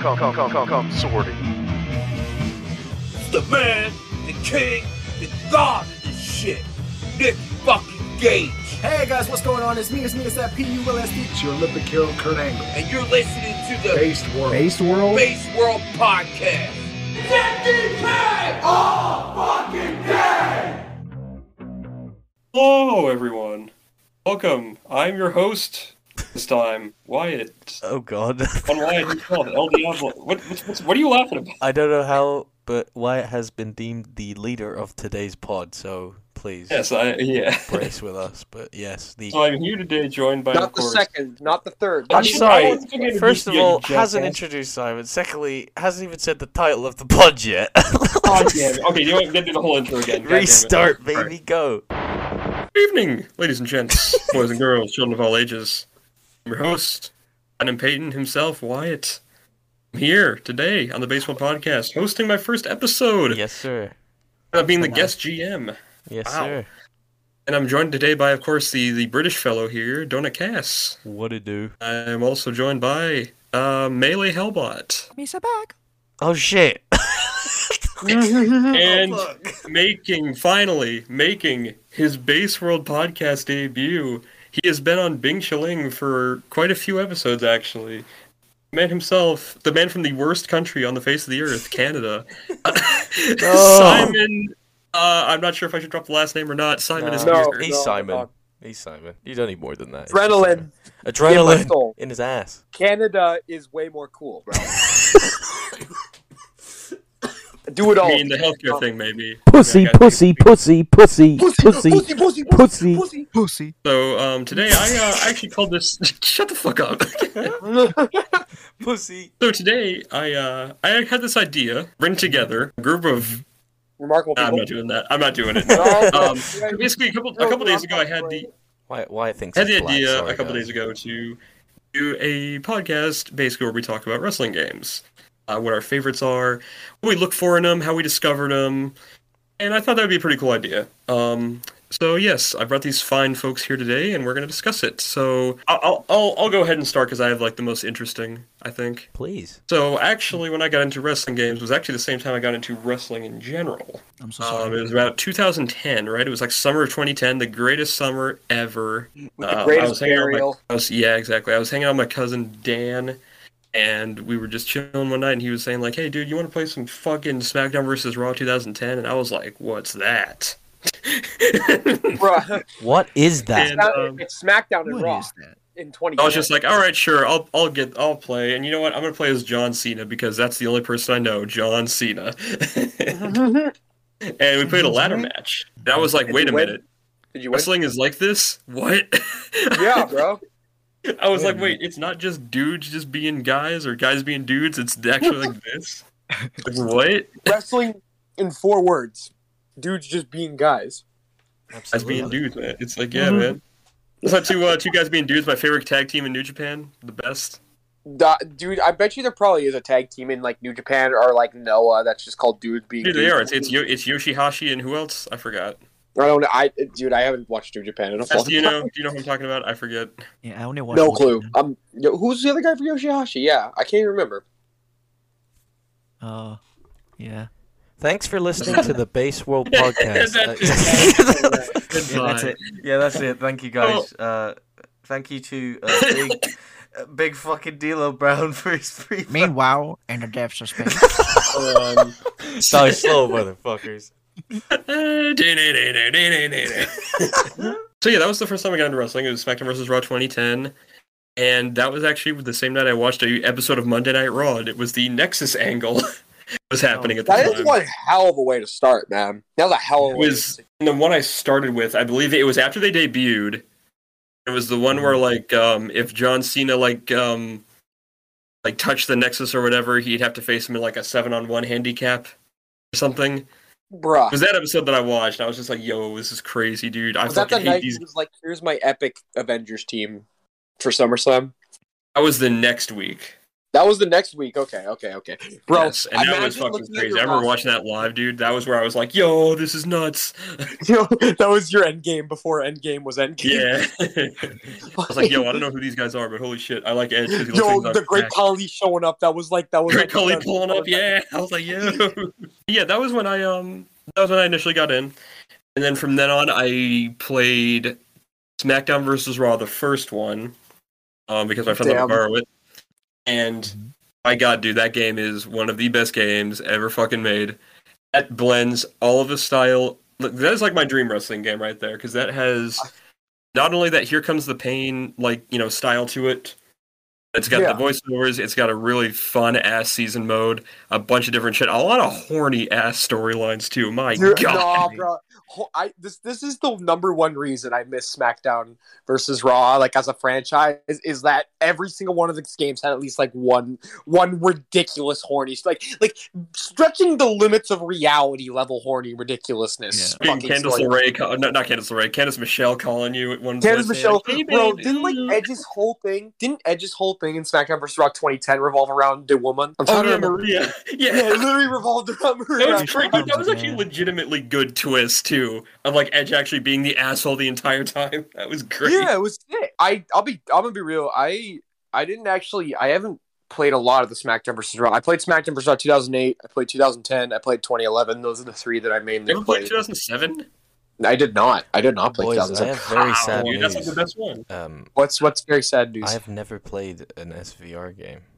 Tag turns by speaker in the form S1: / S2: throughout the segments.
S1: come, come, come, come, come, sorting.
S2: the man, the king, the god of this shit. Nick fucking Gage.
S3: Hey guys, what's going on? It's me, it's me, it's that P-U-L-S-D.
S4: It's your Olympic hero, Kurt Angle.
S2: And you're listening to the
S4: Based world.
S5: Based world.
S2: Base World Podcast.
S6: Hello, everyone. Welcome. I'm your host this time, Wyatt.
S7: Oh god.
S6: On Wyatt, you called El Diablo. What, what's, what's, what are you laughing about?
S7: I don't know how, but Wyatt has been deemed the leader of today's pod, so please
S6: Yes, I yeah.
S7: brace with us. But yes, the
S6: So I'm here today, joined by of
S8: Not the
S6: course.
S8: second, not the third.
S7: I'm
S6: should- I
S7: sorry.
S6: was gonna introduce
S7: First of
S6: you,
S7: all,
S6: you
S7: hasn't
S6: jackass.
S7: introduced Simon. Secondly, hasn't even said the title of the pod yet.
S9: Oh,
S6: God damn it. Okay, you know what? Get to the whole intro again. God damn it.
S7: Restart, baby, go.
S6: Good evening, ladies and gents, boys and girls, children of all ages. I'm your host, Adam Payton himself, Wyatt. I'm here today on the Baseball Podcast, hosting my first episode.
S7: Yes, sir.
S6: Uh, being the guest GM.
S7: Yes,
S6: Wow.
S7: sir.
S6: And I'm joined today by, of course, the, the British fellow here, Donut Cass.
S7: What to do?
S6: I'm also joined by uh, Melee Hellbot.
S7: Oh shit.
S9: Oh,
S6: and making, finally, making his Base World podcast debut. He has been on Bing Shilling for quite a few episodes, actually. The man himself, the man from the worst country on the face of the earth, Canada. Simon, uh, I'm not sure if I should drop the last name or not. Simon is
S8: No.
S6: here.
S7: He's
S8: no,
S7: Simon.
S8: dog.
S7: He's Simon. You don't need more than that. It's just
S8: Adrenaline.
S7: Simon. Adrenaline
S8: soul.
S7: in his ass.
S8: Canada is way more cool, bro. Do it all.
S6: I mean, the healthcare thing, maybe.
S9: Pussy,
S6: Yeah, I got
S9: pussy, pussy, pussy, pussy,
S8: pussy, pussy,
S9: pussy.
S8: pussy,
S6: So um, today I uh, actually called this. Shut the fuck up.
S8: pussy.
S7: Pussy.
S6: so today I uh, I had this idea. Bring together a group of.
S8: Remarkable
S6: Nah, I'm
S8: people.
S6: not doing that. I'm not doing it. Um,
S8: No,
S6: basically, a couple a couple days ago I had the
S7: Why? Why thinks
S6: had the
S7: he's black,
S6: idea
S7: sorry,
S6: a couple
S7: guys.
S6: days ago to do a podcast basically where we talk about wrestling games, uh, what our favorites are, what we look for in them, how we discovered them, and I thought that would be a pretty cool idea. Um, so yes, I brought these fine folks here today, and we're going to discuss it. So I- I'll I'll, I'll go ahead and start because I have like the most interesting, I think.
S7: Please.
S6: So actually, when I got into wrestling games was actually the same time I got into wrestling in general.
S9: I'm so
S6: Um, it was about 2010, right? It was like summer of 2010, the greatest summer ever.
S8: With
S6: Uh,
S8: the
S6: I was
S8: greatest
S6: hanging out with my-
S8: burial.
S6: I was- yeah, exactly. I was hanging out with my cousin Dan, and we were just chilling one night, and he was saying like, "Hey, dude, you want to play some fucking SmackDown versus Raw 2010?" And I was like, "What's that?"
S8: Bruh.
S7: What is that?
S6: And, um,
S8: It's SmackDown and Raw
S9: What is that?
S8: in 20.
S6: I was just like, "All right, sure, I'll I'll get I'll play." And you know what? I'm gonna play as John Cena because that's the only person I know, John Cena. and we played a ladder match. That was like,
S8: Did
S6: wait
S8: you
S6: a
S8: win?
S6: minute.
S8: Did you win?
S6: Wrestling is like this? What?
S8: Yeah, bro.
S6: I was like, wait, it's not just dudes just being guys or guys being dudes. It's actually like this. Like, what?
S8: Wrestling in four words. Dudes just being guys.
S6: Guys being dudes, man. It's like, yeah, man. It's like two uh, two guys being dudes. My favorite tag team in New Japan, the best.
S8: Da- dude, I bet you there probably is a tag team in like New Japan or like Noah that's just called dudes being.
S6: Dude,
S8: dudes.
S6: they are. It's it's, Yo- it's Yoshihashi and who else? I forgot.
S8: I don't know. I dude, I haven't watched New Japan in a
S6: That's,
S8: long
S6: do you
S8: time.
S6: know? Do you know who I'm talking about? I forget.
S9: Yeah, I only watched
S8: No
S9: one.
S8: clue. Um, yo, who's the other guy for Yoshihashi? Yeah, I can't even remember.
S9: Uh, yeah.
S7: Thanks for listening to the Base World podcast.
S6: That's
S7: Uh,
S6: Goodbye.
S5: Yeah, that's it. Thank
S6: Oh.
S5: you guys. Uh, thank you to uh, big, uh, big fucking D'Lo Brown for his free.
S9: Meanwhile, in the depths of space.
S6: Um,
S7: Die slow, motherfuckers.
S6: so yeah, that was the first time I got into wrestling. It was SmackDown vs. Raw 2010, and that was actually the same night I watched a episode of Monday Night Raw. And it was the Nexus angle was happening at the
S8: That
S6: time.
S8: is one hell of a way to start, man. That was a hell of
S6: Um, It
S8: a way.
S6: was and the one I started with. I believe it was after they debuted. It was the one where like um, if John Cena like um, like touched the Nexus or whatever, he'd have to face him in like a seven on one handicap or something.
S8: Bruh.
S6: It was that episode that I watched. and I was just like, "Yo, this is crazy, dude. I
S8: Was that the
S6: fucking hate
S8: night
S6: these."
S8: he was like, here's my epic Avengers team for SummerSlam?
S6: That was the next week.
S8: That was the next week. Okay, okay, okay. Bro,
S6: Yes, and that was
S8: imagine
S6: fucking
S8: looking at
S6: crazy.
S8: your
S6: I remember
S8: roster.
S6: watching that live, dude. That was where I was like, "Yo, this is nuts."
S8: Yo, that was your end game before end game was end game.
S6: Yeah, I was like, "Yo, I don't know who these guys are, but holy shit, I like Edge." 'cause he looks
S8: Yo,
S6: like he's on
S8: the great
S6: crack.
S8: Kali showing up. That was like that was
S6: Great
S8: like,
S6: Cully pulling up, yeah. I was like, yeah, yeah. That was when I um, that was when I initially got in, and then from then on, I played SmackDown versus Raw, the first one, um, because my friend let me
S8: Damn. Mm-hmm.
S6: borrow it, and my God, dude, that game is one of the best games ever fucking made. That blends all of the style. Look, That is like my dream wrestling game right there, because that has not only that here comes the pain like you know style to it it's got
S8: Yeah.
S6: the voiceovers it's got a really fun ass season mode a bunch of different shit a lot of horny ass storylines too my
S8: Dude,
S6: god
S8: nah, bro. Ho- I this this is the number one reason I miss SmackDown versus Raw, like as a franchise, is, is that every single one of these games had at least like one one ridiculous horny, like like stretching the limits of reality level horny ridiculousness.
S6: Fucking
S8: fucking
S6: Candice
S8: story.
S6: LeRae, ca- no, not Candice LeRae, Candice Michelle calling you at one
S8: Candace
S6: point.
S8: Michelle,
S6: saying, "Hey,
S8: bro,
S6: babe."
S8: didn't like Edge's whole thing? Didn't Edge's whole thing in SmackDown vs. Raw 2010 revolve around the woman? I'm
S6: Oh,
S8: trying
S6: yeah,
S8: to remember.
S6: Maria. Yeah.
S8: Yeah, it literally revolved around
S6: That was,
S8: her.
S6: cra-
S9: Right.
S6: Oh, that was actually a legitimately good twist, too, of like Edge actually being the asshole the entire time. That was great.
S8: Yeah, it was sick. I I'll be I'm gonna be real. I I didn't actually I haven't played a lot of the SmackDown versus Raw. I played SmackDown versus Raw 2008. I played 2010. I played 2011. Those are the three that I mainly
S6: You ever played
S8: played.
S6: 2007?
S8: I did not. I did not play
S7: Boys, I
S8: 2007.
S7: have very
S6: Wow,
S7: sad
S6: dude, Oh,
S7: news.
S6: that's like the best one.
S7: Um,
S8: What's what's very sad news?
S7: I have never played an SVR game.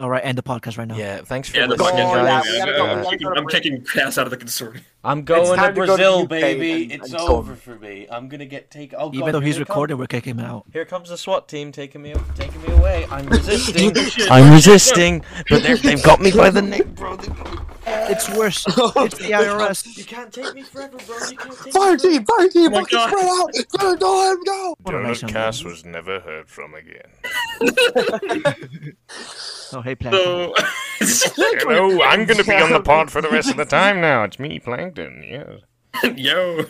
S9: All right, end the podcast right now.
S7: Yeah, thanks for
S6: Yeah, the
S7: listening,
S6: fucking
S8: Oh, yeah,
S7: guys.
S8: we gotta go, we
S7: Uh,
S8: gotta go to
S6: I'm
S8: break.
S6: kicking ass out of the consortium.
S7: I'm going to
S8: time to go to
S7: Brazil,
S8: UK
S7: baby.
S8: and-
S7: it's
S8: and
S7: over for me. I'm gonna get taken. Oh,
S9: Even
S7: God,
S9: though he's
S7: here it comes.
S9: recording, we're kicking him out.
S7: Here comes the SWAT team taking me, taking me away. I'm resisting.
S6: Shit.
S7: I'm resisting, but they're- they've got me by the neck.
S9: It's worse.
S8: Oh,
S9: it's the IRS.
S7: You can't take me forever, bro. You can't take
S8: Fire
S7: me forever.
S8: team, fire team,
S6: Oh my
S8: fucking
S6: God.
S8: spread out, spread, don't let him go.
S9: What a nice young man.
S2: was never heard from again.
S9: Oh, hey, Plankton.
S6: So,
S2: Hello, I'm going to be on the pod for the rest of the time now. It's me, Plankton. Yes,
S6: yo,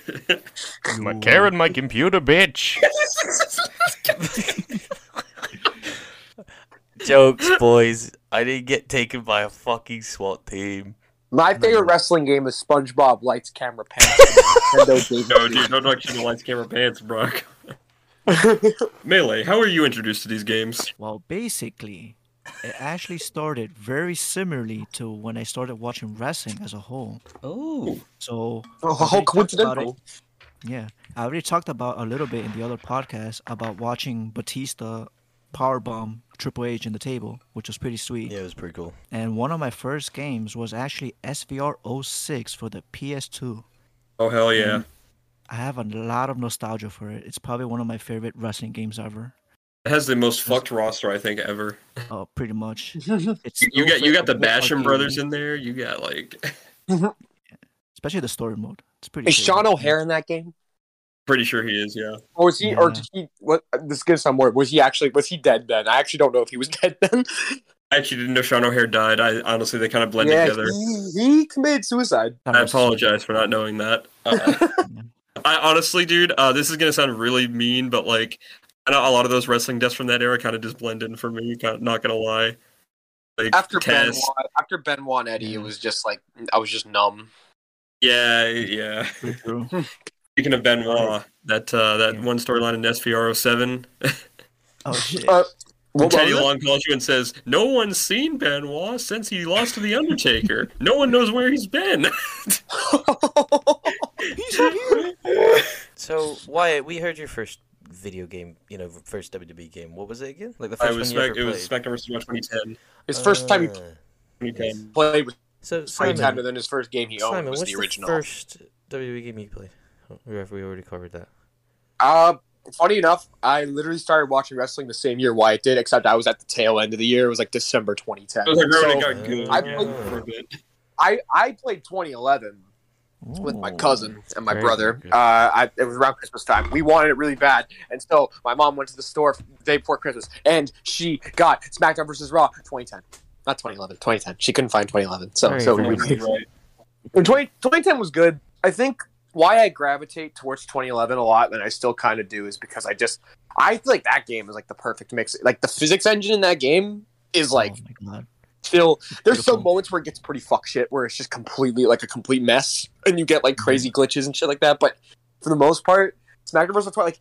S2: my carrying my computer, bitch.
S7: Jokes, boys. I didn't get taken by a fucking SWAT team.
S8: My favorite wrestling game is SpongeBob Lights Camera Pants. Nintendo gave
S6: no,
S8: it to me.
S6: dude, don't talk shit in lights, camera, pants, bro. Melee, how were you introduced to these games?
S9: Well, basically, it actually started very similarly to when I started watching wrestling as a whole.
S7: Oh,
S9: So
S8: Oh,
S9: I've
S8: how
S9: already talked about
S8: coincidental.
S9: it- Yeah, I already talked about a little bit in the other podcast about watching Batista powerbomb Triple H in the table, which was pretty sweet.
S7: yeah, it was pretty cool.
S9: And one of my first games was actually SVR 06 for the PS2.
S6: Oh hell yeah!
S9: I have a lot of nostalgia for it. It's probably one of my favorite wrestling games ever.
S6: It has the most fucked roster I think ever.
S9: Oh, pretty much. It's
S6: You, you
S9: so
S6: got you got the
S9: freaking
S6: Basham
S9: arcade,
S6: brothers in there. You got like
S9: especially the story mode. It's pretty.
S8: Is
S9: cool.
S8: Sean O'Hare in that game?
S6: pretty sure he is. Yeah,
S8: Or was he? Or
S9: Yeah.
S8: did he? What? This is gonna sound weird. Was he actually? Was he dead then? I actually don't know if he was dead then.
S6: I actually didn't know Sean O'Hare died. I honestly they kind of blend together.
S8: he, he committed suicide.
S9: That
S6: I
S9: was-
S6: apologize for not knowing that. Uh, I honestly, dude, uh, this is gonna sound really mean, but like, I know a lot of those wrestling deaths from that era kind of just blend in for me. Kind of, not gonna lie. Like
S8: After
S6: Tess,
S8: Benoit, after Benoit and Eddie, it was just like I was just numb.
S6: yeah, yeah.
S9: pretty true.
S6: Speaking of Benoit, that uh, that
S9: Yeah.
S6: one storyline in SVR 07,
S9: Oh shit.
S8: Uh,
S6: when
S8: What
S6: Teddy
S8: was it?
S6: Long calls you and says, "No one's seen Benoit since he lost to the Undertaker. no one knows where he's been." he's
S7: So, Wyatt, we heard your first video game, you know, first WWE game. What was it again? Like the
S6: I
S7: first
S6: was
S7: one you
S6: spec-
S7: ever
S6: it was
S7: played.
S6: SmackDown vs. Raw 2010.
S8: His first time he
S7: Ah. Yes.
S6: 2010.
S8: played was
S7: So,
S8: Springtime,
S7: Simon,
S8: and then his first game he owned
S7: Simon
S8: was
S7: what's
S8: the original.
S7: first WWE game you played? Oh, We we already covered that.
S8: Uh, funny enough, I literally started watching wrestling the same year Wyatt did, except I was at the tail end of the year. It was like December 2010.
S6: It was like
S8: So,
S6: everyone got good.
S8: I
S6: yeah,
S8: played-
S6: for a bit.
S8: I I played 2011. with my
S9: Ooh.
S8: cousin and my
S7: Oh, Very
S8: brother.
S7: good.
S8: Uh, I, it was around Christmas time. We wanted it really bad, and so my mom went to the store the day before Christmas, and she got SmackDown versus Raw 2010, not 2011, 2010. She couldn't find 2011, so
S7: Very
S8: so
S7: fair.
S8: we,
S6: Right.
S8: and 20, 2010 was good. I think why I gravitate towards 2011 a lot, and I still kind of do, is because I just I feel like that game is like the perfect mix. Like the physics engine in that game is like
S9: oh my god.
S8: still there's some
S9: Beautiful.
S8: moments where it gets pretty fuck shit where it's just completely like a complete mess and you get like crazy glitches and shit like that. But for the most part, SmackDown vs. Raw, like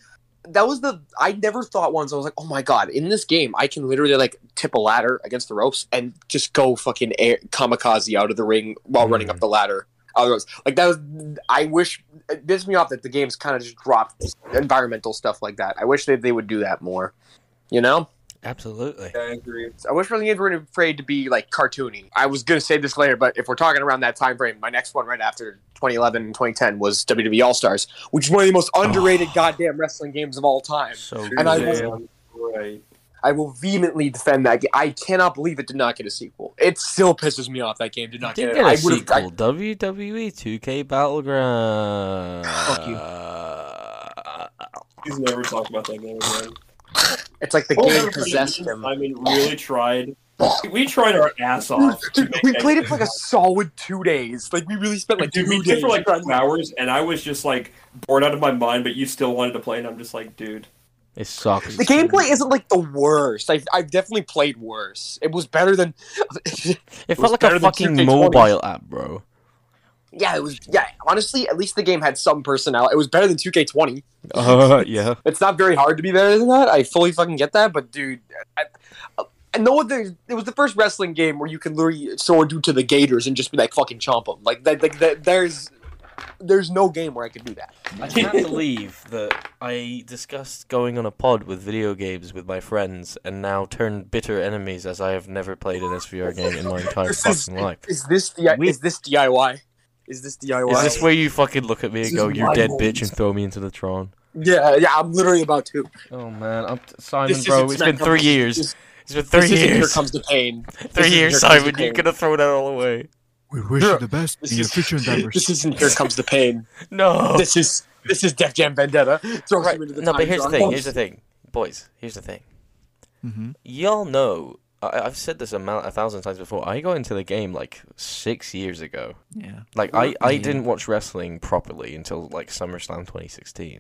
S8: that was the I never thought once I was like, oh my god, in this game I can literally like tip a ladder against the ropes and just go fucking air, kamikaze out of the ring while running up the ladder. out of the ropes. Like that was I wish it pissed me off that the game's kind of just dropped environmental stuff like that. I wish that they would do that more. You know.
S7: Absolutely.
S6: I agree.
S8: I wish wrestling games weren't afraid to be like cartoony. I was gonna say this later, but if we're talking around that time frame, my next one right after 2011 and 2010 was WWE All Stars, which is one of the most underrated goddamn wrestling games of all time.
S7: So
S8: And I
S7: good.
S8: will, I will vehemently defend that. Game. I cannot believe it did not get a sequel. It still pisses me off that game did not
S7: did
S8: get, it.
S7: get a
S8: I would've-
S7: sequel. WWE 2K Battleground. Fuck
S8: Uh,
S7: you.
S6: He's never talked about that game again.
S8: Oh, I- it's like the game possessed him.
S6: I mean, really tried. We tried our ass off. to
S8: Dude,
S6: make
S8: we
S6: that
S8: played it
S6: game.
S8: for like a solid two days. Like we really spent like
S6: Dude,
S8: two
S6: we played
S8: days
S6: for like two hours, and I was just like bored out of my mind. But you still wanted to play, and I'm just like, dude.
S7: It sucks.
S8: The gameplay isn't like the worst. I've, I've definitely played worse. It was better than.
S7: It
S8: was
S7: felt like
S8: better
S7: a
S8: than
S7: fucking
S8: 2K20.
S7: mobile app, bro.
S8: yeah, it was. Yeah, honestly, at least the game had some personality. It was better than 2K20.
S7: Uh, yeah.
S8: It's not very hard to be better than that. I fully fucking get that, but dude. I, and no other. It was the first wrestling game where you can literally someone do to the Gators and just be like fucking chomp them. Like that. Like that. There's, there's no game where I could do that.
S7: I can't believe that I discussed going on a pod with video games with my friends and now turned bitter enemies as I have never played an SVR game in my entire
S8: This is-
S7: fucking life.
S8: Is this the?
S9: We-
S8: is this DIY? Is this DIY?
S7: Is this where you fucking look at me
S6: This
S7: and go,
S6: is
S7: "You're
S6: my
S7: dead,
S6: home."
S7: bitch," and throw me into the Tron?
S8: yeah, yeah. I'm literally about to.
S7: Oh man, I'm t- Simon,
S8: This
S7: bro.
S8: isn't
S7: It's been
S8: SmackDown.
S7: three years.
S8: This-
S7: It's been three
S8: this isn't Here
S7: years.
S8: comes the pain.
S7: Three
S8: isn't Here Comes
S7: years,
S8: the
S7: Simon.
S8: Pain.
S7: You're gonna throw that all away?
S9: We wish you the best
S8: This
S9: in your
S8: is-
S9: future endeavors.
S8: This isn't here comes the pain.
S7: No.
S8: This is this is Def Jam Vendetta. Throws
S7: Oh. Right.
S8: him into the
S7: No, but
S8: time
S7: here's the
S8: zone.
S7: thing. Here's the thing, boys. Here's the thing.
S9: hmm
S7: Y'all know. I- I've said this amount a thousand times before. I got into the game like six years ago.
S9: Yeah.
S7: Like I, I
S9: Yeah.
S7: didn't watch wrestling properly until like SummerSlam 2016,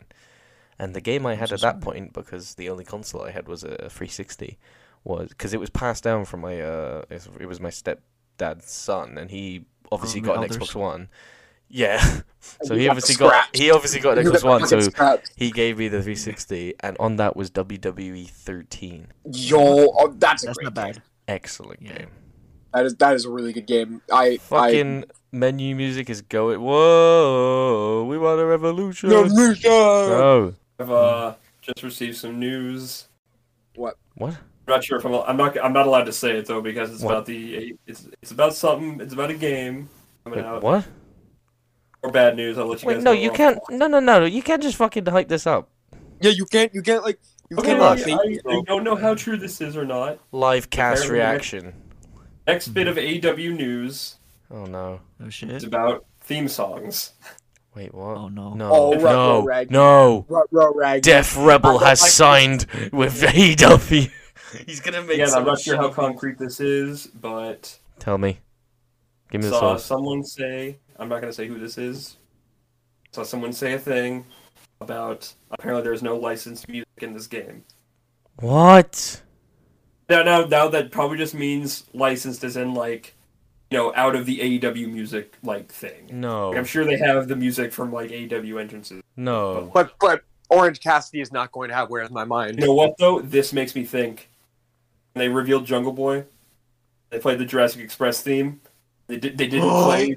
S7: and the game I had at that point because the only console I had was a 360, was because it was passed down from my uh it it was my stepdad's son and he obviously
S9: Um,
S7: got an
S9: elders.
S7: Xbox One, yeah. so
S8: you
S7: he
S8: got
S7: obviously got
S8: scrapped.
S7: he obviously got an
S8: You
S7: Xbox
S8: got
S7: One, so
S8: fucking scrapped.
S7: he gave me the 360, and on that was E WWE 13.
S8: Yo, oh, that's a
S9: That's
S8: great
S9: not bad.
S8: game.
S7: Excellent game.
S8: That is that is a really good game. I I,
S7: Fucking menu music is going. Whoa, we want a revolution.
S8: Revolution!
S7: No.
S6: I've uh, just received some news.
S7: Mm-hmm. What?
S6: I'm not sure if I'm. I'm not. I'm not allowed to say it though because it's
S7: What?
S6: about the. It's it's about something. It's about a game. Coming
S7: Wait,
S6: out.
S7: what?
S6: Or bad news. I'll let you
S7: Wait,
S6: guys.
S7: no,
S6: know.
S7: you can't. No, no, no, no. You can't just fucking hype this up.
S8: Yeah, you can't you can't like you
S6: Okay,
S8: can't
S7: luck.
S8: like,
S6: I,
S8: make-
S6: I don't know how true this is or not.
S7: Live cast
S6: Apparently, yeah.
S7: reaction.
S6: Next bit of AW news
S7: Oh no.
S9: Oh
S6: is
S9: shit.
S6: about theme songs.
S7: Wait, what?
S9: Oh, no.
S7: No.
S8: Oh, right,
S7: no.
S8: right, right.
S7: No.
S8: Ruh, ruh, rag.
S7: Def Rebel has signed with AEW. He's gonna make.
S6: Again, I'm
S7: some
S6: not sure how
S7: shit.
S6: concrete this is, but
S7: Tell me. Give me the
S6: saw
S7: source.
S6: someone say I'm not gonna say who this is. Saw someone say a thing about apparently there's no licensed music in this game.
S7: What?
S6: Now, now, now that probably just means licensed as in like, you know, out of the AEW music like thing. Like, I'm
S7: No.
S6: sure they have the music from like AEW entrances.
S7: No.
S8: But but Orange Cassidy is not going to have where in my mind.
S6: You know what though? This makes me think. When they revealed Jungle Boy. They played the Jurassic Express theme. They did. They didn't play.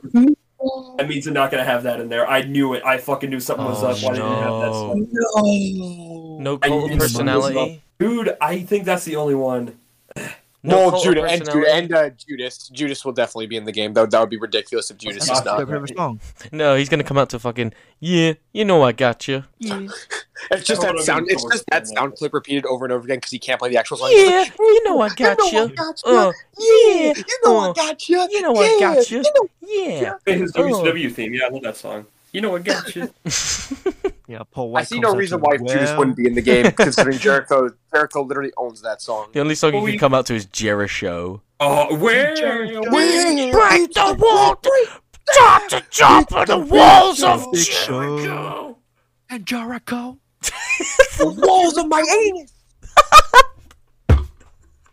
S6: That means they're not gonna have that in there. I knew it. I fucking knew something was
S7: Oh,
S6: up. Why they didn't have that?
S7: no.
S6: song?
S7: No
S6: I
S7: cult
S6: need
S7: of personality.
S6: Dude, I think that's the only one.
S8: No,
S7: cult of
S8: Judas and, Judas,
S7: personality.
S8: and uh, Judas. Judas will definitely be in the game. That, that would be ridiculous if Judas is
S9: Their
S8: not.
S9: favorite song.
S7: No, he's gonna come out to fucking. Yeah, you know I got you.
S8: It's just
S6: Hold
S8: that
S6: on,
S8: sound.
S6: I'm
S8: It's just that
S6: forcing
S8: sound clip repeated over and over again because he can't play the actual song.
S7: Yeah, you know I got
S8: know I
S7: you.
S8: got you.
S7: Uh,
S8: yeah,
S7: yeah,
S8: you know I
S7: uh,
S8: got you.
S7: you know I
S8: yeah,
S7: got you.
S8: know
S7: Yeah.
S6: His
S7: Oh.
S6: WCW theme. Yeah, I love that song. You know what? Gotcha.
S9: Yeah, Paul White.
S8: I see
S9: comes
S8: no
S9: out
S8: reason
S9: to
S8: why
S9: it.
S8: Judas
S9: Well,
S8: wouldn't be in the game, considering Jericho. Jericho literally owns that song.
S7: Uh, The only song
S6: Well,
S7: you
S6: we-
S7: can come out to is Jericho.
S6: oh, where?
S8: Wait,
S7: Break the wall! Chop to chop of the walls of
S9: Big Show.
S7: Jericho!
S9: And Jericho.
S8: the walls of my anus.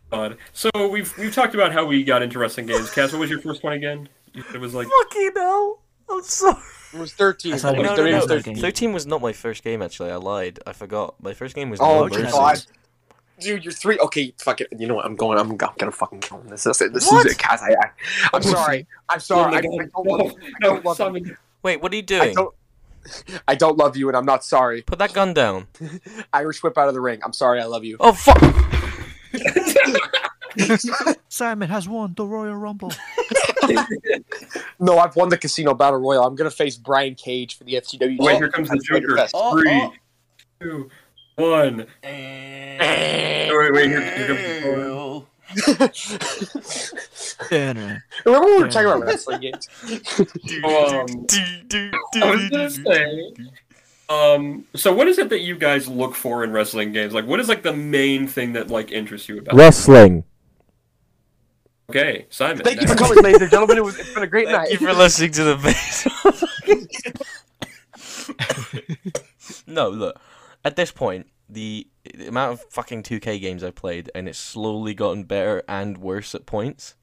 S6: God. So we've we've talked about how we got into wrestling games. Cass, what was your first one again? You said It was like
S5: Fucking hell! I'm sorry.
S8: It was 13.
S9: I thought it
S8: It
S9: was
S8: was
S7: no,
S8: 13.
S7: no, no.
S9: Thursday game.
S7: 13 was not my first game, actually. I lied. I forgot. My first game was
S8: Oh,
S7: No
S8: my
S7: Mercy.
S8: God. Dude, you're three. Okay, fuck it. You know what? I'm going. I'm, I'm gonna fucking kill him. This is it. This
S7: What?
S8: is it, Cass. I, I, I'm sorry. I'm sorry. I, I don't love,
S6: no,
S8: you. I
S6: no,
S8: don't love you.
S6: Simon,
S7: Wait, what are you
S8: I
S7: doing?
S8: don't. I don't love you, and I'm not sorry.
S7: Put that gun down.
S8: Irish whip out of the ring. I'm sorry. I love you.
S7: Oh, fuck!
S6: Um,
S9: Simon has won the Royal Rumble.
S8: No, I've won the casino battle royal. I'm gonna face Brian Cage for the FTW.
S6: wait, here comes the
S8: That's Later
S6: Joker.
S8: Fest.
S5: Oh,
S6: Three,
S5: oh.
S6: two, one. Oh, wait, wait, here, here comes the Joker.
S5: Ew.
S9: Yeah,
S8: Remember when we were talking about wrestling games?
S6: Oh, um, I was gonna say, um, so what is it that you guys look for in wrestling games? Like, what is like the main thing that like interests you about?
S7: Wrestling!
S6: Okay, Simon.
S8: Thank you for
S6: next.
S8: coming, ladies and gentlemen. It was, it's been a great
S7: Thank
S8: night.
S7: you for listening to the no, look. At this point, the, the amount of fucking 2K games I've played, and it's slowly gotten better and worse at points.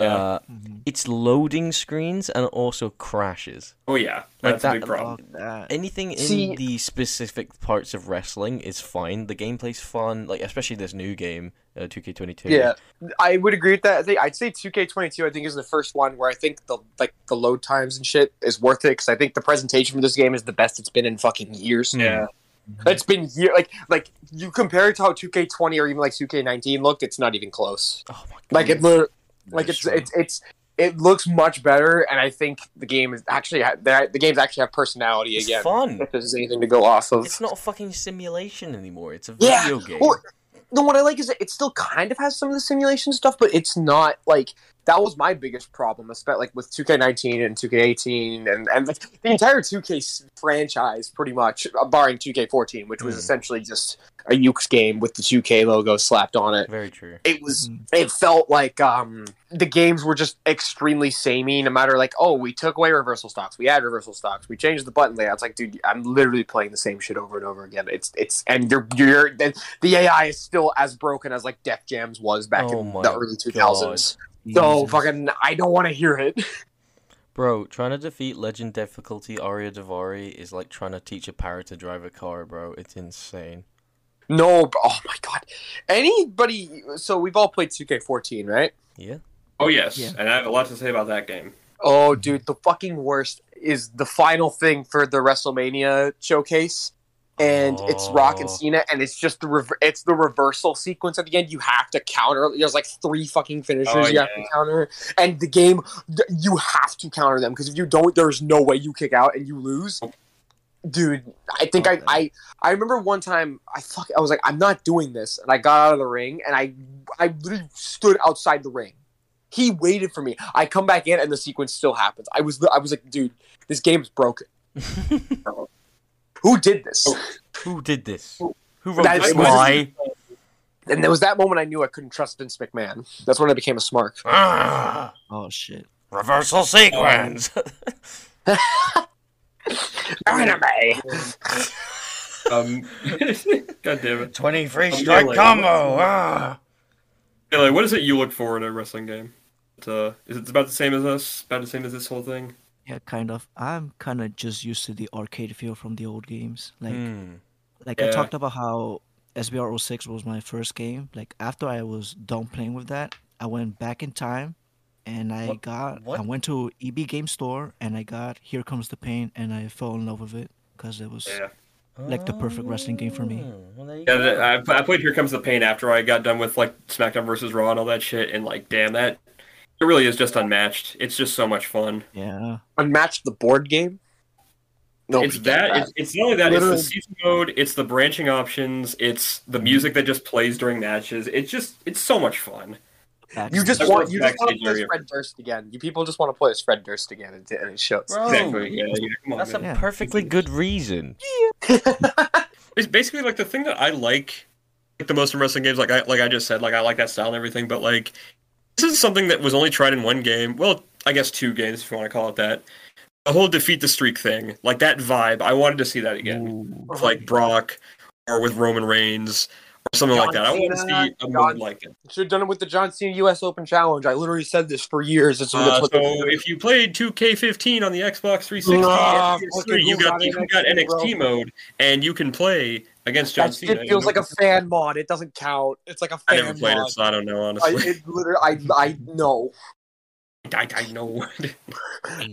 S6: Yeah.
S7: Uh, It's loading screens and it also crashes.
S6: Oh yeah,
S7: Like
S6: that's
S7: that-
S6: a big problem.
S9: Fuck that.
S7: Anything in
S8: See-
S7: the specific parts of wrestling is fine. The gameplay's fun, like especially this new game, uh, 2K22.
S8: Yeah, I would agree with that. I think I'd say 2K22. I think is the first one where I think the like the load times and shit is worth it because I think the presentation for this game is the best it's been in fucking years.
S6: Yeah.
S8: it's been year like like you compare it to how 2K20 or even like 2K19 looked. It's not even close.
S7: Oh my god.
S8: Like it, lo- like
S5: That's
S8: it's
S5: true.
S8: it's it's it looks much better, and I think the game is actually ha- the the games actually have personality
S7: it's
S8: again.
S7: fun.
S8: If there's anything to go off of,
S7: It's not a fucking simulation anymore. It's a
S8: Yeah,
S7: video game.
S8: well, no, what I like is that it still kind of has some of the simulation stuff, but it's not like that was my biggest problem. I spent like with 2K19 and 2K18 and and like the entire 2K s- franchise, pretty much, uh, barring 2K14, which was
S7: Mhm.
S8: essentially just a Ukes game with the 2K logo slapped on it.
S7: Very true.
S8: It was it felt like um, the games were just extremely samey. No matter like, oh, we took away reversal stocks, we added reversal stocks, we changed the button layout. It's like, dude, I'm literally playing the same shit over and over again. It's it's and you're you're the, the AI is still as broken as like Def Jam's was back
S7: Oh
S8: in
S7: my
S8: the early 2000s. So
S9: Mm-hmm. Jesus.
S8: fucking, I don't want to hear it.
S7: Bro, trying to defeat legend difficulty Arya Davari is like trying to teach a parrot to drive a car, bro. It's insane.
S8: No, bro- oh my god, anybody. So we've all played 2K14, right?
S7: Yeah.
S6: Oh yes,
S9: Yeah.
S6: and I have a lot to say about that game.
S8: Oh, dude, the fucking worst is the final thing for the WrestleMania showcase, and it's Rock and
S7: Oh.
S8: Cena, and it's just the rever- it's the reversal sequence at the end. You have to counter. There's like three fucking finishers
S6: Oh,
S8: you have to counter, and the game th- you have to counter them because if you don't, there's no way you kick out and you lose. Dude, I think I,
S9: Okay.
S8: I I remember one time I fuck I was like I'm not doing this, and I got out of the ring and I I literally stood outside the ring. He waited for me. I come back in, and the sequence still happens. I was, I was like, dude, this game's broken. Who did this?
S7: Who did this? Who wrote
S8: That's
S7: this?
S8: what-
S7: Why?
S8: And there was that moment I knew I couldn't trust Vince McMahon. That's when I became a smart.
S7: Ah,
S9: Oh shit.
S7: reversal sequence.
S8: Anime.
S6: Um, God damn it!
S5: Twenty-three
S6: I'm
S5: strike
S6: really-
S5: combo. Ah.
S6: Eli, what is it you look for in a wrestling game? It, uh, is it about the same as us? About the same as this whole thing?
S9: Yeah, kind of. I'm kind of just used to the arcade feel from the old games. Like,
S7: Hmm.
S9: like
S6: Yeah.
S9: I talked about how SBR 06 was my first game. Like after I was done playing with that, I went back in time and I got I
S7: what?
S9: went to EB Game Store and I got Here Comes the Pain and I fell in love with it because it was
S6: Yeah,
S9: like the perfect wrestling game for me.
S7: Hmm, well, there you
S6: yeah.
S7: go.
S6: that- I, I played Here Comes the Pain after I got done with like SmackDown versus Raw and all that shit, and like, damn that. It really is just unmatched. It's just so much fun.
S9: Yeah.
S8: Unmatched the board game. No,
S6: it's
S8: we can't
S6: that.
S8: do
S6: It's, it's not only that.
S8: Literally.
S6: It's the season mode. It's the branching options. It's the music that just plays during matches. It's just. It's so much fun.
S9: back
S8: You
S9: in
S8: just
S9: the-
S6: That's
S8: want
S6: what
S8: you just want to
S6: backstage
S8: play
S6: area.
S8: as Fred Durst again. You people just want to play as Fred Durst again, and, and it shows.
S7: Bro,
S6: exactly. Yeah. yeah, come on,
S7: That's a
S6: man.
S9: Yeah.
S7: perfectly good reason.
S6: It's basically like the thing that I like, like the most in wrestling games. Like I like I just said, like I like that style and everything. But like, this is something that was only tried in one game. Well, I guess two games if you want to call it that. The whole defeat the streak thing, like that vibe. I wanted to see that again with like Brock or with Roman Reigns or something like that. I want to
S8: John
S6: see a
S8: John-
S6: move like it.
S8: Should have done it with the John Cena U.S. Open Challenge. I literally said this for years. It's
S6: Uh,
S8: that's what
S6: so if you played 2K15 on the Xbox 360, and
S8: Nah,
S6: PS3,
S8: fucking
S6: you
S8: who
S6: got
S8: got
S6: you got
S8: NXT, bro?
S6: NXT mode, and you can play against John
S8: that
S6: Cena.
S8: shit feels
S6: You
S8: like
S6: know,
S8: a fan mod. It doesn't count. It's like a
S6: I
S8: fan
S6: never played
S8: mod.
S6: it, so I don't know
S8: I,
S6: honestly.
S8: it literally, I, I know.
S6: I, I know.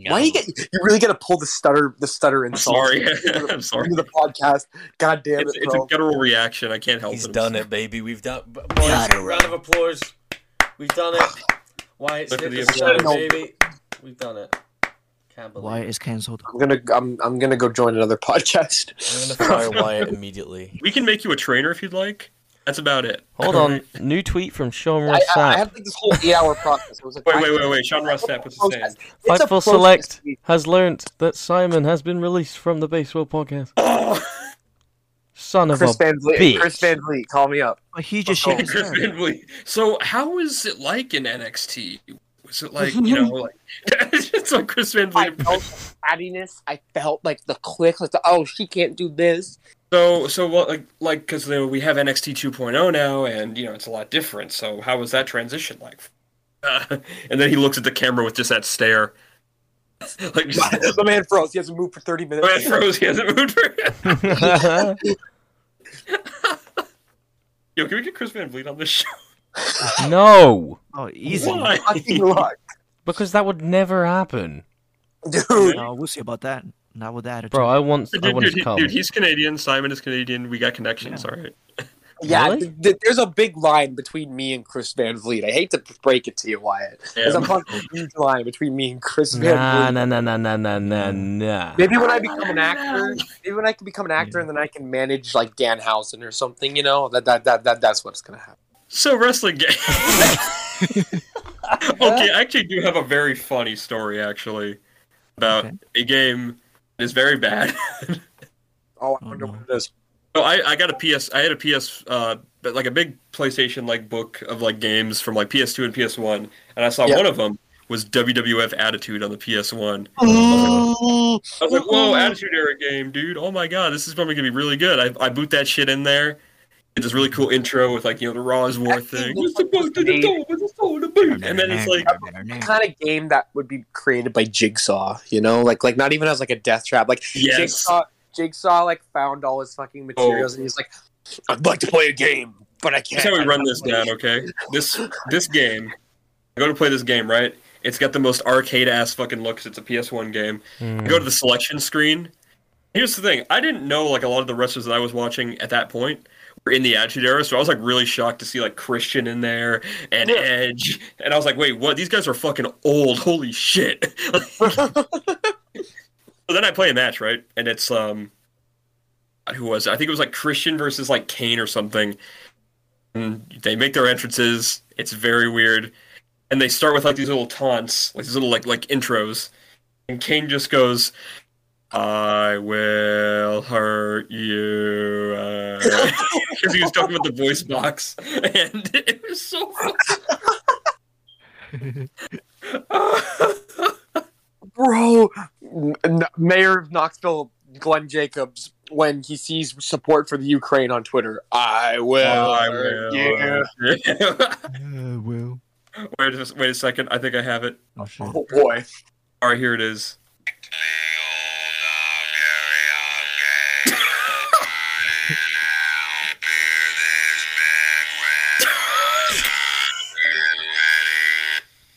S8: Why you get? You really got to pull the stutter, the stutter
S6: I'm
S8: insult.
S6: sorry.
S8: into
S6: I'm sorry.
S8: the podcast. God damn
S6: It's,
S8: it,
S6: it's
S8: bro.
S6: a guttural reaction. I can't help
S5: He's
S6: it. I'm
S5: done
S6: sorry.
S5: it, baby. We've done. b- Boys, round of applause. We've done it. Wyatt's
S6: Look at
S5: hit the
S6: the
S5: show,
S8: applause.
S5: baby. We've done it. Can't believe.
S9: Why
S5: Wyatt.
S9: is canceled?
S8: I'm gonna, I'm, I'm gonna go join another
S7: I'm gonna
S8: podcast.
S7: fire Wyatt immediately.
S6: We can make you a trainer if you'd like. That's about it.
S7: Hold on. New tweet from Sean
S8: I,
S7: Ross
S8: I, I
S7: Sapp.
S8: had like, this whole eight-hour process. It was like,
S6: Wait, wait, wait, wait. Sean Ross Sapp was
S8: It's a
S6: saying.
S8: process.
S7: Fightful Select has learned that Simon has been released from the Baseball Podcast.
S6: Oh,
S7: Son of
S8: Chris
S7: a
S8: Van Vliet.
S7: bitch.
S8: Chris Van Vliet, call me up.
S9: But he just
S8: Oh,
S9: shakes his
S6: Chris
S9: head.
S6: Van Vliet. So, how was it like in NXT? Was it like you know, like it's like Chris Van
S8: I
S6: Vliet?
S8: felt the cattiness. I felt like the click. Like, the, oh, she can't do this.
S6: So, so what, like, like, because we have NXT 2.0 now, and you know it's a lot different. So, how was that transition like? Uh, and then he looks at the camera with just that stare, like just,
S8: the man froze. He hasn't moved for thirty minutes.
S6: man froze. He hasn't moved. For Yo, can we get Chris Van Vliet on this show?
S7: no,
S9: Oh, easy.
S6: Why?
S8: Fucking luck,
S7: because that would never happen,
S8: dude.
S9: No, we'll see about that. Not with that.
S7: bro. I want,
S6: Dude,
S7: I want
S6: dude,
S7: to
S6: he-
S7: come.
S6: dude, he's Canadian. Simon is Canadian. We got connections. All right.
S8: Yeah,
S7: Really?
S8: th- th- there's a big line between me and Chris Van Vliet. I hate to break it to you, Wyatt. There's a
S6: Yeah.
S8: fucking huge line between me and Chris Van
S7: Nah,
S8: Vliet.
S7: nah, nah, nah, nah, nah, nah, nah.
S8: Maybe when I become an actor, maybe when I can become an actor, and then I can manage like Danhausen or something. You know, that that that, that that's what's gonna happen.
S6: So wrestling game. okay, I actually do have a very funny story actually about
S9: Okay.
S6: a game that is very bad.
S8: Oh, I
S9: Oh,
S8: wonder
S9: no.
S8: what it is.
S6: so I, I got a PS. I had a PS, uh, but like a big PlayStation like book of like games from like PS2 and PS1, and I saw
S8: Yeah.
S6: one of them was WWF Attitude on the PS1.
S8: Mm,
S6: I was like, whoa, Attitude Era game, dude. Oh my god, this is probably gonna be really good. I, I boot that shit in there. Get this really cool intro with like, you know, the Raw is War
S8: That
S6: thing.
S8: thing looks
S6: It's the
S8: like
S6: boot to the
S8: it's
S6: door, it's the door to boot. And then it's like
S8: the kind of game that would be created by Jigsaw. You know, like like not even as like a death trap. Like
S6: Yes. Oh.
S8: Jigsaw, Jigsaw like found all his fucking materials, and he's like, I'd like to play a game, but I can't.
S6: Here's how
S8: I
S6: we run
S8: don't
S6: this
S8: play
S6: down, okay? This this game. I go to play this game, right? It's got the most arcade ass fucking look 'cause it's a PS1 game.
S7: Mm.
S6: I go to the selection screen. Here's the thing: I didn't know like a lot of the wrestlers that I was watching at that point were in the Attitude Era, so I was like really shocked to see like Christian in there and
S8: Yeah.
S6: Edge, and I was like, "Wait, what? These guys are fucking old! Holy shit!" So then I play a match, right? And it's um, God, who was it? I think it was like Christian versus like Kane or something. And they make their entrances. It's very weird, and they start with like these little taunts, like these little like like intros, and Kane just goes, "I will hurt you," because he was talking about the voice box, and it was so. fucking-
S8: bro. N- N- Mayor of Knoxville, Glenn Jacobs, when he sees support for the Ukraine on Twitter, I will.
S6: I
S8: hurt
S6: will.
S8: you."
S9: will.
S6: wait, a, wait a second. I think I have it.
S9: Oh, shit.
S8: Oh boy.
S6: All right, here it is.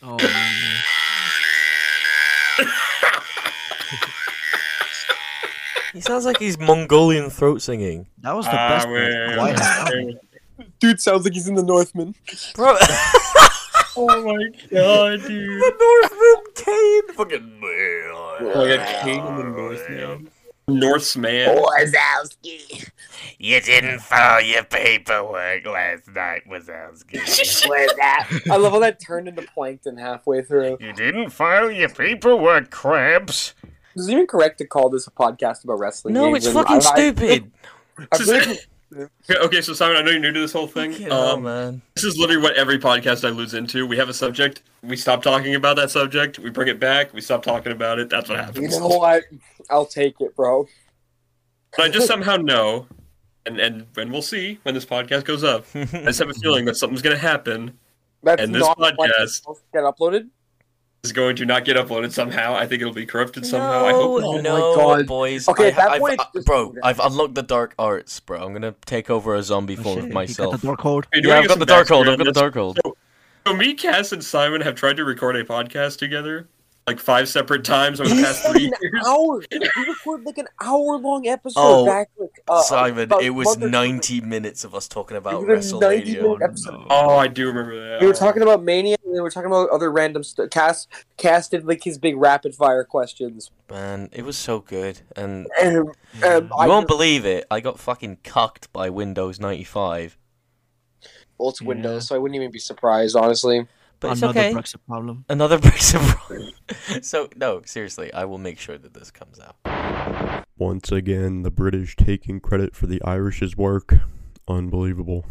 S9: Oh, man.
S7: He sounds like he's Mongolian throat singing,
S9: that was the
S6: I
S9: best. Why
S6: will.
S8: Dude sounds like he's in the Northman.
S7: bro.
S6: Oh my god, dude.
S7: Northman Kane. Fucking.
S6: Like a king in
S8: Oh,
S6: the Northman. Norseman.
S8: Wazowski.
S7: You didn't file your paperwork last night, Wazowski.
S8: I love how that turned into plankton halfway through.
S7: you didn't file your paperwork, Krabs.
S8: Is it even correct to call this a podcast about wrestling?
S7: No,
S8: games?
S7: it's
S8: And
S7: fucking
S8: I- I-
S7: stupid.
S8: I really-
S6: Okay, okay, so Simon, I know you're new to this whole thing.
S7: oh
S6: Um,
S7: man.
S6: this is literally what every podcast I lose into. We have a subject, we stop talking about that subject, we bring it back, we stop talking about it. That's what
S8: you
S6: happens.
S8: know what? I'll take it, bro.
S6: But I just somehow know and and and we'll see when this podcast goes up. I just have a feeling that something's going to happen.
S8: That's
S6: And this
S8: not what
S6: podcast-
S8: else got uploaded.
S6: It's going to not get uploaded somehow. I think it'll be corrupted somehow. I hope.
S8: Oh my
S7: no,
S8: God.
S7: boys.
S8: Okay,
S7: I,
S8: at that
S7: I've-
S8: point,
S7: uh,
S8: just-
S7: bro, I've unlocked the dark arts, bro. I'm gonna take over a zombie
S9: Oh,
S7: form
S9: shit,
S7: of
S9: he
S7: myself.
S9: Got the door code.
S6: Hey, do we
S7: yeah,
S6: get
S7: I've got
S6: some
S7: the dark
S6: backstory
S7: hold. I've
S6: on
S7: got the
S6: this?
S7: dark hold.
S6: So me, Cass, and Simon have tried to record a podcast together like five separate times over the past three
S8: an
S6: years.
S8: hour. We recorded like an hour long episode
S7: Oh,
S8: back. Like, uh,
S7: Simon,
S8: about
S7: it
S8: a
S7: was
S8: month or two.
S7: 90 minutes of us talking about
S8: It was a 90
S7: WrestleMania.
S8: minute episode.
S6: Oh, I do remember that.
S8: We were talking about Mania, and we were talking about other random stuff. Cass, Cass did like his big rapid fire questions.
S7: Man, it was so good. And
S8: Um, um, I
S7: you won't
S8: won't.
S7: believe it. I got fucking cucked by Windows 95.
S8: Well, it's Windows,
S9: Yeah.
S8: so I wouldn't even be surprised, honestly.
S7: But it's
S9: Another
S7: okay.
S9: Brexit problem.
S7: Another Brexit problem. so, no, seriously, I will make sure that this comes out.
S1: Once again, the British taking credit for the Irish's work. Unbelievable.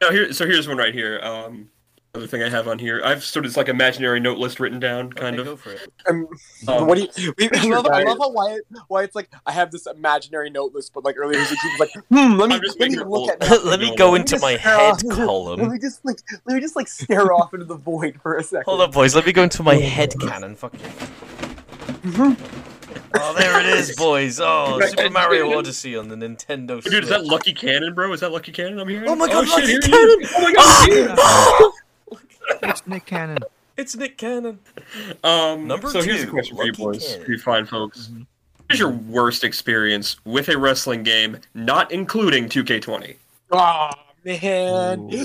S6: No, here. So here's one right here. Um, other thing I have on here. I've sort of it's like imaginary note list written down, kind
S7: Okay,
S6: of.
S7: Go for it.
S8: Um,
S6: Um,
S8: what do you? we- I, love, I
S6: Right.
S8: love how Wyatt, Wyatt's like, I have this imaginary note list, but like earlier, he was like, he was like, hmm, let me
S6: I'm just
S8: let me
S6: making
S8: look
S6: a bullet
S8: at
S6: point.
S8: that.
S7: Let me
S6: go
S7: go
S6: on.
S7: into my
S8: Just-
S7: head
S8: uh, Let
S7: column.
S8: me just like, let me just like stare off into the void for a second.
S7: Hold up, boys. Let me go into my head cannon. Fucking.
S8: Mm-hmm.
S7: Oh, there it is, boys. Oh,
S6: Right,
S7: Super
S6: and-
S7: Mario Odyssey on the Nintendo Switch.
S6: Dude, is that Lucky Cannon, bro? Is that Lucky Cannon I'm hearing?
S7: Oh my god, Lucky
S6: shit, here he is.
S7: Cannon!
S6: Oh my god, dude!
S9: It's Nick Cannon.
S7: It's Nick Cannon.
S6: Um,
S7: Number
S6: so here's a
S7: two,
S6: question for you
S7: Lucky Mm-hmm.
S6: boys,
S7: Kid.
S6: for you fine folks. What is your worst experience with a wrestling game, not including 2K20?
S8: Oh man.
S6: I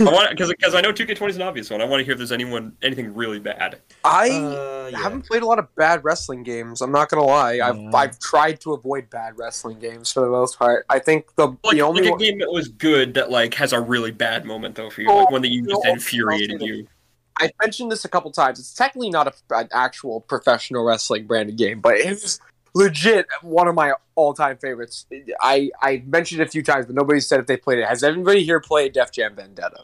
S6: want because because I know 2K20 is an obvious one. I want to hear if there's anyone anything really bad.
S8: I
S7: Uh, yeah.
S8: haven't played a lot of bad wrestling games. I'm not gonna lie. I've
S9: Yeah.
S8: I've tried to avoid bad wrestling games for the most part. I think the
S6: Like,
S8: the only
S6: like a
S8: one-
S6: game that was good that like has a really bad moment though for you,
S8: Oh,
S6: like one that you
S8: no,
S6: just
S8: I'll-
S6: infuriated
S8: I'll say
S6: you.
S8: I've mentioned this a couple times. It's technically not a, an actual professional wrestling branded game, but it's legit one of my all time favorites. I I mentioned it a few times, but nobody said if they played it. Has everybody here played Def Jam Vendetta?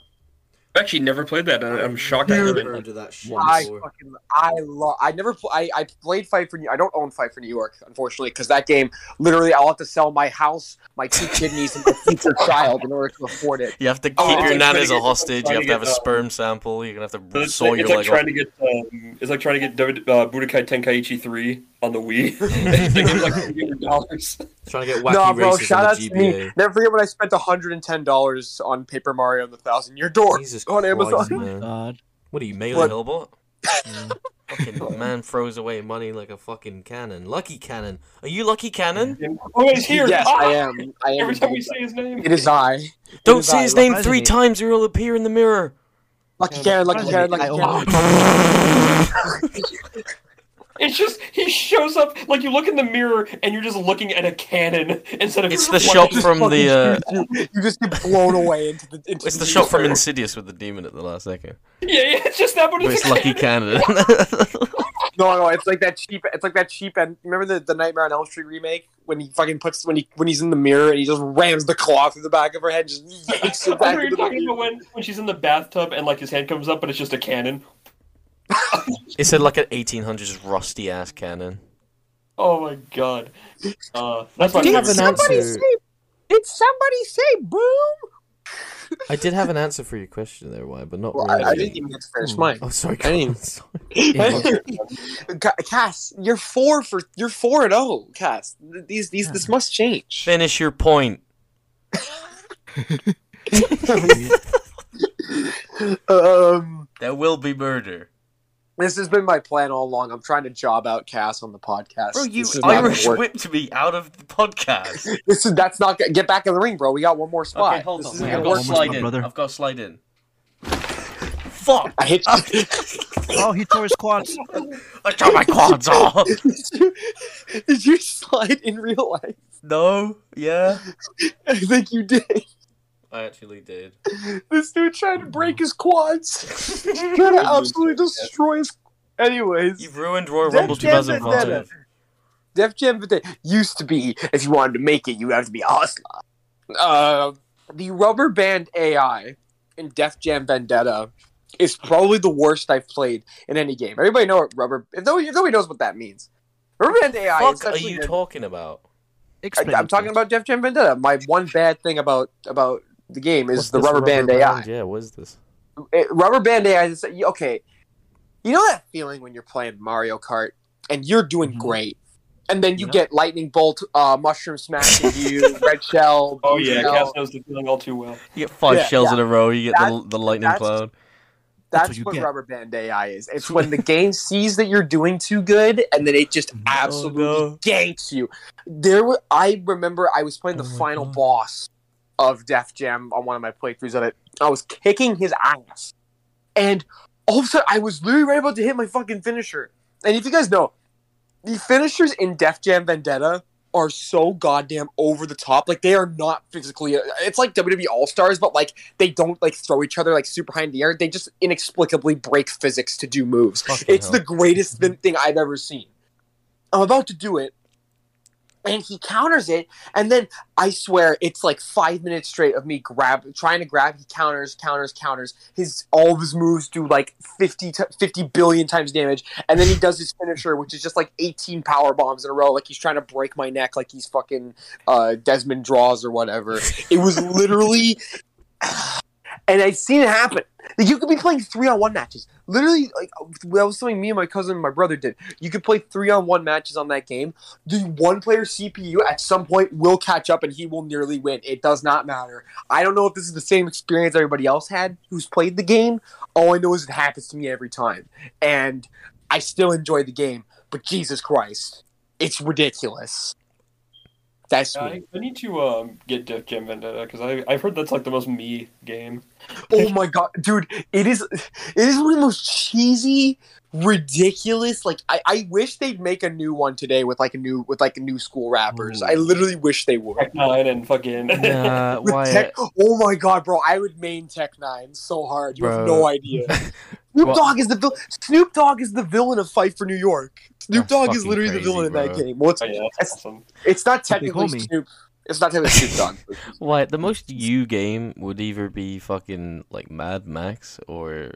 S6: I've actually never played that. and I'm shocked. I haven't.
S5: Under that shit
S8: I
S5: before.
S8: fucking I love. I never pl- I I played Fight for New. I don't own Fight for New York, unfortunately, because that game literally I'll have to sell my house, my two kidneys, and my future child in order to afford it.
S7: You have to keep
S8: Oh,
S7: your
S8: it's
S7: nan
S6: gonna
S7: as a
S6: get-
S7: hostage. You
S6: trying
S7: have
S6: to
S7: to have a
S6: get, um,
S7: sperm sample. You're gonna have to
S6: It's,
S7: saw
S6: like,
S7: your
S6: it's like
S7: leg off.
S6: trying to get um, it's like trying to get W- uh, Budokai Tenkaichi three on the Wii. they give like three hundred dollars.
S5: Trying to get wacky
S8: No, bro.
S5: races
S8: Shout out
S5: on the
S8: to me.
S5: GBA.
S8: Never forget when I spent hundred and ten dollars on Paper Mario and the Thousand Year Door.
S5: Jesus
S8: on Amazon.
S5: Christ,
S9: Oh my
S7: Uh,
S5: man.
S9: god.
S7: What are you, Melee
S8: What?
S7: Hellbot?
S9: Yeah.
S7: Mm. Fucking man throws away money like a fucking cannon. Lucky cannon. Are you lucky cannon?
S6: Oh, he's here.
S8: Yes,
S6: Ah!
S8: I am. I am.
S6: Every time we
S8: indeed.
S6: say his name.
S8: It is I.
S7: Don't
S8: is
S7: say
S8: I.
S7: his name
S9: Lucky
S7: three
S9: Cannon.
S7: times or he'll appear in the mirror.
S8: Lucky Karen, Lucky Karen, Lucky
S9: I own
S8: Karen.
S9: it.
S6: It's just he shows up like you look in the mirror and you're just looking at a cannon instead of
S7: It's the shop from the. Uh,
S8: You just get blown away into the. Into
S7: it's the shop from
S8: ether.
S7: Insidious with the demon at the last second.
S6: Yeah, yeah, it's just that, but
S7: But
S6: it's,
S7: it's
S6: a
S7: Lucky
S6: cannon.
S7: Cannon.
S8: No, no, it's like that cheap. It's like that cheap. And remember the, the Nightmare on Elm Street remake when he fucking puts when he when he's in the mirror and he just rams the claw through the back of her head, and just yanks it
S6: I
S8: back into
S6: know you're
S8: the
S6: talking about when, when she's in the bathtub and like his hand comes up, but it's just a cannon.
S7: it's a, like an 1800s rusty ass cannon.
S6: Oh my god, uh, that's my
S7: Do you
S6: favorite.
S7: have an answer?
S8: Did somebody say boom?
S7: I did have an answer for your question there, why, but not
S8: Well, I, I didn't even get to finish mine.
S7: Oh, sorry.
S8: I didn't- Ca- Cass, you're four for you're four and oh, Cass. Th- These these this must change.
S7: Finish your point.
S8: Um,
S7: There will be murder.
S8: this has been my plan all along. I'm trying to job out Cass on the podcast.
S7: Bro, you
S8: this is not gonna
S7: Irish
S8: work.
S7: whipped me out of the podcast.
S8: This is that's not gonna- get back in the ring, bro. We got one more spot.
S7: Okay, hold
S8: This
S7: on.
S8: isn't
S9: Wait,
S7: I've
S8: gonna
S9: got
S7: got
S9: one
S8: work.
S7: to
S9: more
S7: slide
S9: spot,
S7: in.
S9: brother.
S7: I've got to slide in. Fuck!
S8: I hate
S9: Oh, he tore his quads.
S7: I got my quads off.
S8: did, you, did you slide in real life?
S7: No. Yeah.
S8: I think you did.
S7: I actually did.
S8: This dude trying to break his quads. trying to absolutely destroy his anyways.
S7: You've ruined Royal
S8: Def
S7: Rumble
S8: Jam Vendetta.
S7: 2005.
S8: Def Jam Vendetta used to be, if you wanted to make it, you have to be a hustler. Uh, the rubber band AI in Def Jam Vendetta is probably the worst I've played in any game. Everybody know what rubber. Nobody, nobody knows what that means. Rubber band AI.
S7: Fuck
S8: is
S7: are
S8: essentially
S7: you
S8: a-
S7: talking about?
S8: I,
S9: Explain
S8: I'm
S9: it
S8: talking
S9: to us.
S8: about Def Jam Vendetta. My one bad thing about about the game is
S7: What's
S8: the
S7: this
S8: rubber, band, AI.
S7: Yeah, what is this?
S8: It- rubber band AI. Is, okay, you know that feeling when you're playing Mario Kart and you're doing
S7: Mm-hmm.
S9: Mhm.
S8: great, and then you
S9: Yeah.
S8: get lightning bolt, uh, mushroom smashing you, red shell.
S6: Oh
S8: blue
S6: yeah,
S8: shell.
S6: Cass knows the feeling all too well.
S7: You get five
S8: Yeah,
S7: shells
S8: yeah.
S7: in a row. You get the, the lightning
S8: that's-
S7: cloud.
S9: That's
S8: That's,
S9: what you
S8: what
S9: get.
S8: rubber band AI is. It's when the game sees that you're doing too good and then it just absolutely
S7: Oh, no.
S8: ganks you. There were I remember I was playing the
S7: Oh my
S8: final
S7: God.
S8: boss of Def Jam on one of my playthroughs of it. I was kicking his ass. And all of a sudden I was literally right about to hit my fucking finisher. And if you guys know, the finishers in Def Jam Vendetta are so goddamn over the top. Like they are not physically. It's like WWE All Stars, but like they don't like throw each other like super high in the air. They just inexplicably break physics to do moves.
S7: Fucking
S8: it's
S7: hell.
S8: the greatest thin- thing I've ever seen. I'm about to do it, and he counters it, and then I swear it's like five minutes straight of me grab trying to grab. He counters, counters, counters. His all of his moves do like 50, t- 50 billion times damage, and then he does his finisher, which is just like eighteen power bombs in a row. Like he's trying to break my neck, like he's fucking uh, Desmond draws or whatever. It was literally, and I've seen it happen. Like you could be playing three on one matches. Literally, like that was something me and my cousin and my brother did. You could play three on one matches on that game. The one player CPU at some point will catch up, and he will nearly win. It does not matter. I don't know if this is the same experience everybody else had who's played the game. All I know is it happens to me every time, and I still enjoy the game. But Jesus Christ, it's ridiculous. That's me.
S6: I, I need to um, get Def Jam Vendetta because I I've heard that's like the most me game.
S8: Oh my god, dude! It is, it is one of the most cheesy, ridiculous. Like I, I wish they'd make a new one today with like a new with like new school rappers. I literally wish they would.
S6: Tech Nine and fucking.
S7: Nah,
S8: With
S7: why?
S8: Tech- oh my god, bro! I would main Tech Nine so hard. You have
S7: Bro.
S8: no idea. Snoop
S7: Well-
S8: Dogg is the vil- Snoop Dogg is the villain of Fight for New York. Snoop
S7: That's
S8: Dogg is
S7: fucking
S8: literally the
S7: crazy,
S8: villain in that
S7: bro.
S8: game. Well, it's,
S6: Oh, yeah, that's awesome.
S8: it's not
S9: That's a big
S8: technically
S9: homie.
S8: Snoop. It's not technically Snoop Dogg.
S7: Why the most you game would either be fucking like Mad Max or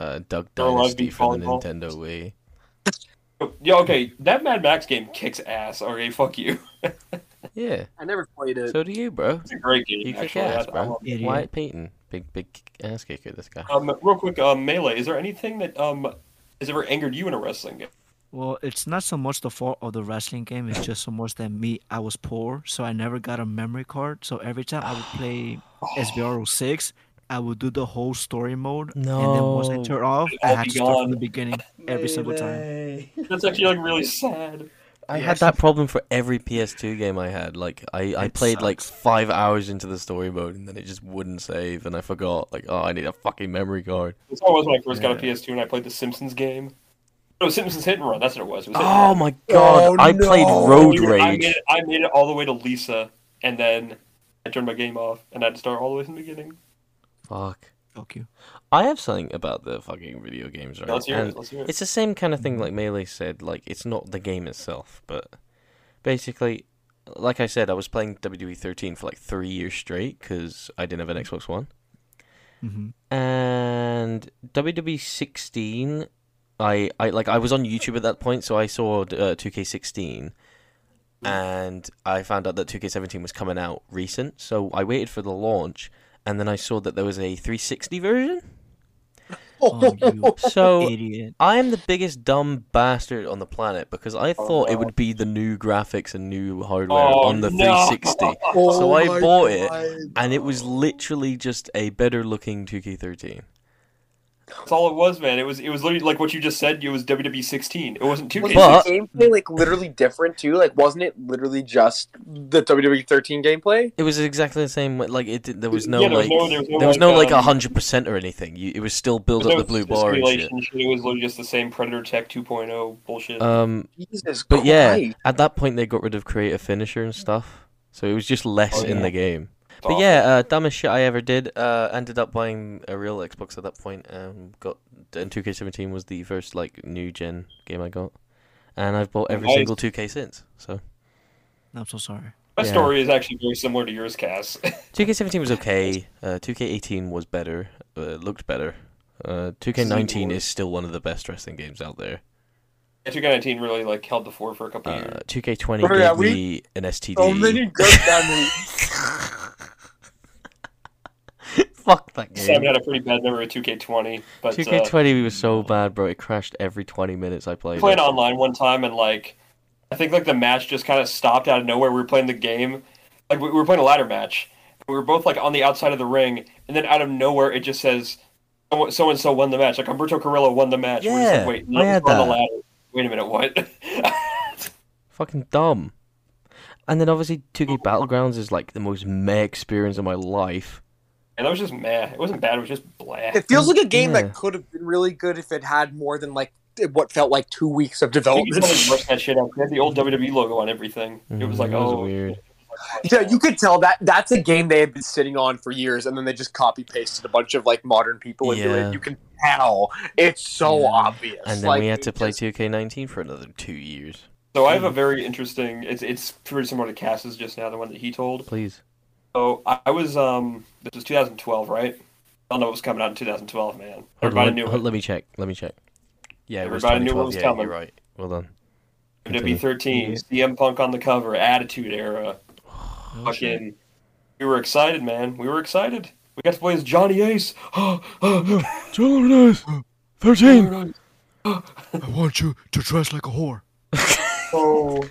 S7: uh, Duck
S6: Or Love
S7: Dynasty
S6: Beat
S7: for the
S6: Volleyball.
S7: Nintendo Wii.
S6: Yeah, okay, that Mad Max game kicks ass. Okay, fuck you.
S7: Yeah,
S8: I never played it.
S7: so do you, bro.
S6: It's a great game.
S7: You kick
S6: actually.
S7: ass,
S6: I- I
S7: bro.
S6: love it.
S9: Idiot.
S7: Wyatt Payton, big big ass kicker. This guy.
S6: Um, real quick, um, melee. Is there anything that um has ever angered you in a wrestling game?
S9: Well, it's not so much the fault of the wrestling game. It's just so much that me, I was poor, so I never got a memory card. So every time I would play SBR 06, I would do the whole story mode, and then once I
S7: No.
S9: turn off, I
S6: I'll
S9: had
S6: be
S9: to start from
S6: gone.
S9: the beginning every single time.
S6: That's actually like really sad.
S7: I had that problem for every PS2 game I had. Like I, I
S9: It
S7: played like
S9: sucks.
S7: five hours into the story mode and then it just wouldn't save and I forgot. Like oh I need a fucking memory card.
S6: That's how it was when I first got a PS2 and I played the Simpsons game. No, Simpsons Hit and Run. That's what it was. It was Hit and Run.
S7: Oh my god! I played Road
S6: Dude, I made,
S7: Rage.
S6: it, I made it all the way to Lisa, and then I turned my game off, and I had to start all the way from the beginning.
S7: Fuck.
S9: Fuck you.
S7: I have something about the fucking video games, right?
S6: Now, let's hear
S7: And
S6: it. Let's hear it.
S7: it's the same kind of thing like Melee said. Like it's not the game itself, but basically, like I said, I was playing WWE 13 for like three years straight because I didn't have an Xbox One.
S9: hmm
S7: and WWE 16 I, I like I was on YouTube at that point so I saw uh, 2K16 and I found out that 2K17 was coming out recent so I waited for the launch and then I saw that there was a 360 version
S9: Oh, you
S7: so
S9: idiot.
S7: I am the biggest dumb bastard on the planet because I thought it would be the new graphics and new hardware
S6: Oh,
S7: on the
S6: no.
S7: 360
S8: Oh
S7: I
S8: my
S7: bought it,
S8: God.
S7: and it was literally just a better looking 2K13
S6: That's all it was, man. It was it was literally like what you just said. It was WWE 16. It wasn't 2K.
S8: Wasn't
S7: But-
S8: the gameplay like literally different too? Like, wasn't it literally just the WWE 13 gameplay?
S7: It was exactly the same. way- Like it, did- there was no
S6: Yeah, there was
S7: like,
S6: no- there was no,
S7: there was
S6: like,
S7: no like a
S6: um,
S7: hundred percent or anything. You, it was still build up
S6: There's
S7: the
S6: no
S7: blue bar and shit.
S6: dissimulation shit. It was literally just the same Predator Tech 2.0 bullshit.
S7: Um,
S8: Jesus
S7: but
S8: Christ!
S7: yeah, at that point they got rid of creative finisher and stuff, so it was just less
S6: Oh,
S7: in
S6: yeah.
S7: the game.
S6: It's
S7: But
S6: awful.
S7: yeah, uh, dumbest shit I ever did. Uh, ended up buying a real Xbox at that point. Um, got and 2K17 was the first like new gen game I got, and I've bought every
S6: Nice.
S7: single 2K since. So
S9: I'm so sorry.
S6: my
S7: yeah.
S6: story is actually very similar to yours, Cass.
S7: 2K17 was okay. Uh, 2K18 was better. Uh, looked better. Uh, 2K19 is still one of the best wrestling games out there.
S6: Yeah, 2K19 really like held the fort for a couple years.
S10: Uh, 2K20
S8: Oh,
S10: gave
S8: yeah, we-
S10: me an STD.
S8: So many good memories.
S10: Fuck that
S6: Sam
S10: game.
S6: had a pretty bad memory of 2K20, but uh,
S10: 2K20 was so bad, bro. It crashed every 20 minutes I played.
S6: we played
S10: it.
S6: online one time and like I think like the match just kind of stopped out of nowhere. We were playing the game, like we we were playing a ladder match. We were both like on the outside of the ring, and then out of nowhere it just says so and so won the match. Like Umberto Carrillo won the match. We're just
S10: Yeah,
S6: like, wait, no,
S10: I had
S6: we're on the
S10: that.
S6: ladder. Wait a minute, what?
S10: Fucking dumb. And then obviously 2K Battlegrounds is like the most meh experience of my life.
S6: And that was just meh. It wasn't bad. It was just blah.
S8: It feels like a game
S10: Yeah.
S8: that could have been really good if it had more than like what felt like two weeks of
S6: You could
S8: development.
S6: totally brush that shit out. It had the old WWE logo on everything. It was
S10: Mhm,
S6: like,
S10: that was
S6: oh,
S10: weird.
S8: yeah, you could tell that that's a game they had been sitting on for years, and then they just copy pasted a bunch of like modern people into
S10: Yeah.
S8: it. You can tell it's so
S10: Yeah.
S8: obvious.
S10: And then
S8: Like,
S10: we had to
S8: it
S10: play
S8: just-
S10: 2K19 for another two years.
S6: So I have a very interesting. It's it's pretty similar to Cass's just now, the one that he told.
S10: Please.
S6: So I, I was um, this was 2012, right? I don't know what was coming out in 2012, man.
S10: Hold
S6: Everybody
S10: on,
S6: knew
S10: hold-
S6: it.
S10: let me check. Let me check. Yeah, it was
S6: Everybody knew what was
S10: 2012. yeah,
S6: coming.
S10: You're right. Well done.
S6: WWE 13, CM Punk on the cover, Attitude Era. Fucking, we were excited, man. We were excited. We got to play as Johnny Ace. Uh,
S9: I want you to dress like a whore.
S6: oh.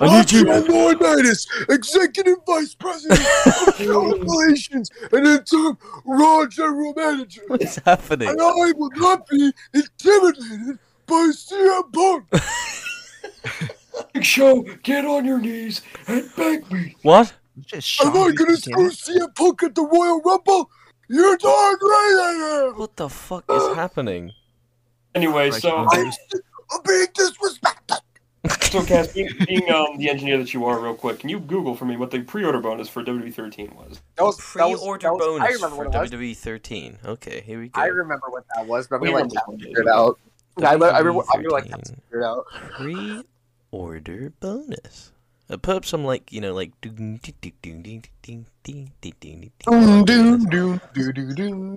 S10: I need you.
S8: Laurinaitis, executive vice president of talent relations and interim raw general manager.
S10: What's happening?
S8: I will not be intimidated by CM Punk.
S6: Big Show, get on your knees and beg me.
S10: What?
S9: Just Sean Bean, damn it.
S8: CM Punk at the Royal Rumble? You're darn right
S10: What the fuck is happening?
S6: Anyway,
S9: Right,
S6: so
S9: Sean Bean.
S8: I'm being disrespected.
S6: so Cass, being, being um, the engineer that you are, real quick, can you Google for me what the pre-order bonus for WB13 was?
S8: That was that was-
S10: Pre-order
S8: that was- I
S10: bonus
S8: remember
S10: for
S8: what it was.
S10: WWE 13. E Okay, here we go.
S8: I remember what that was, but we
S6: We
S8: like
S6: remember
S8: haven't
S6: what it
S8: figured it out. I, re- I remember. I
S10: WWE
S8: remember like haven't
S10: 13.
S8: figured it out.
S10: pre-order bonus. Uh, put up some like you know like. ding, ding, ding, ding, ding, ding, ding, ding, ding, ding, ding, ding, ding, ding, ding, ding, ding,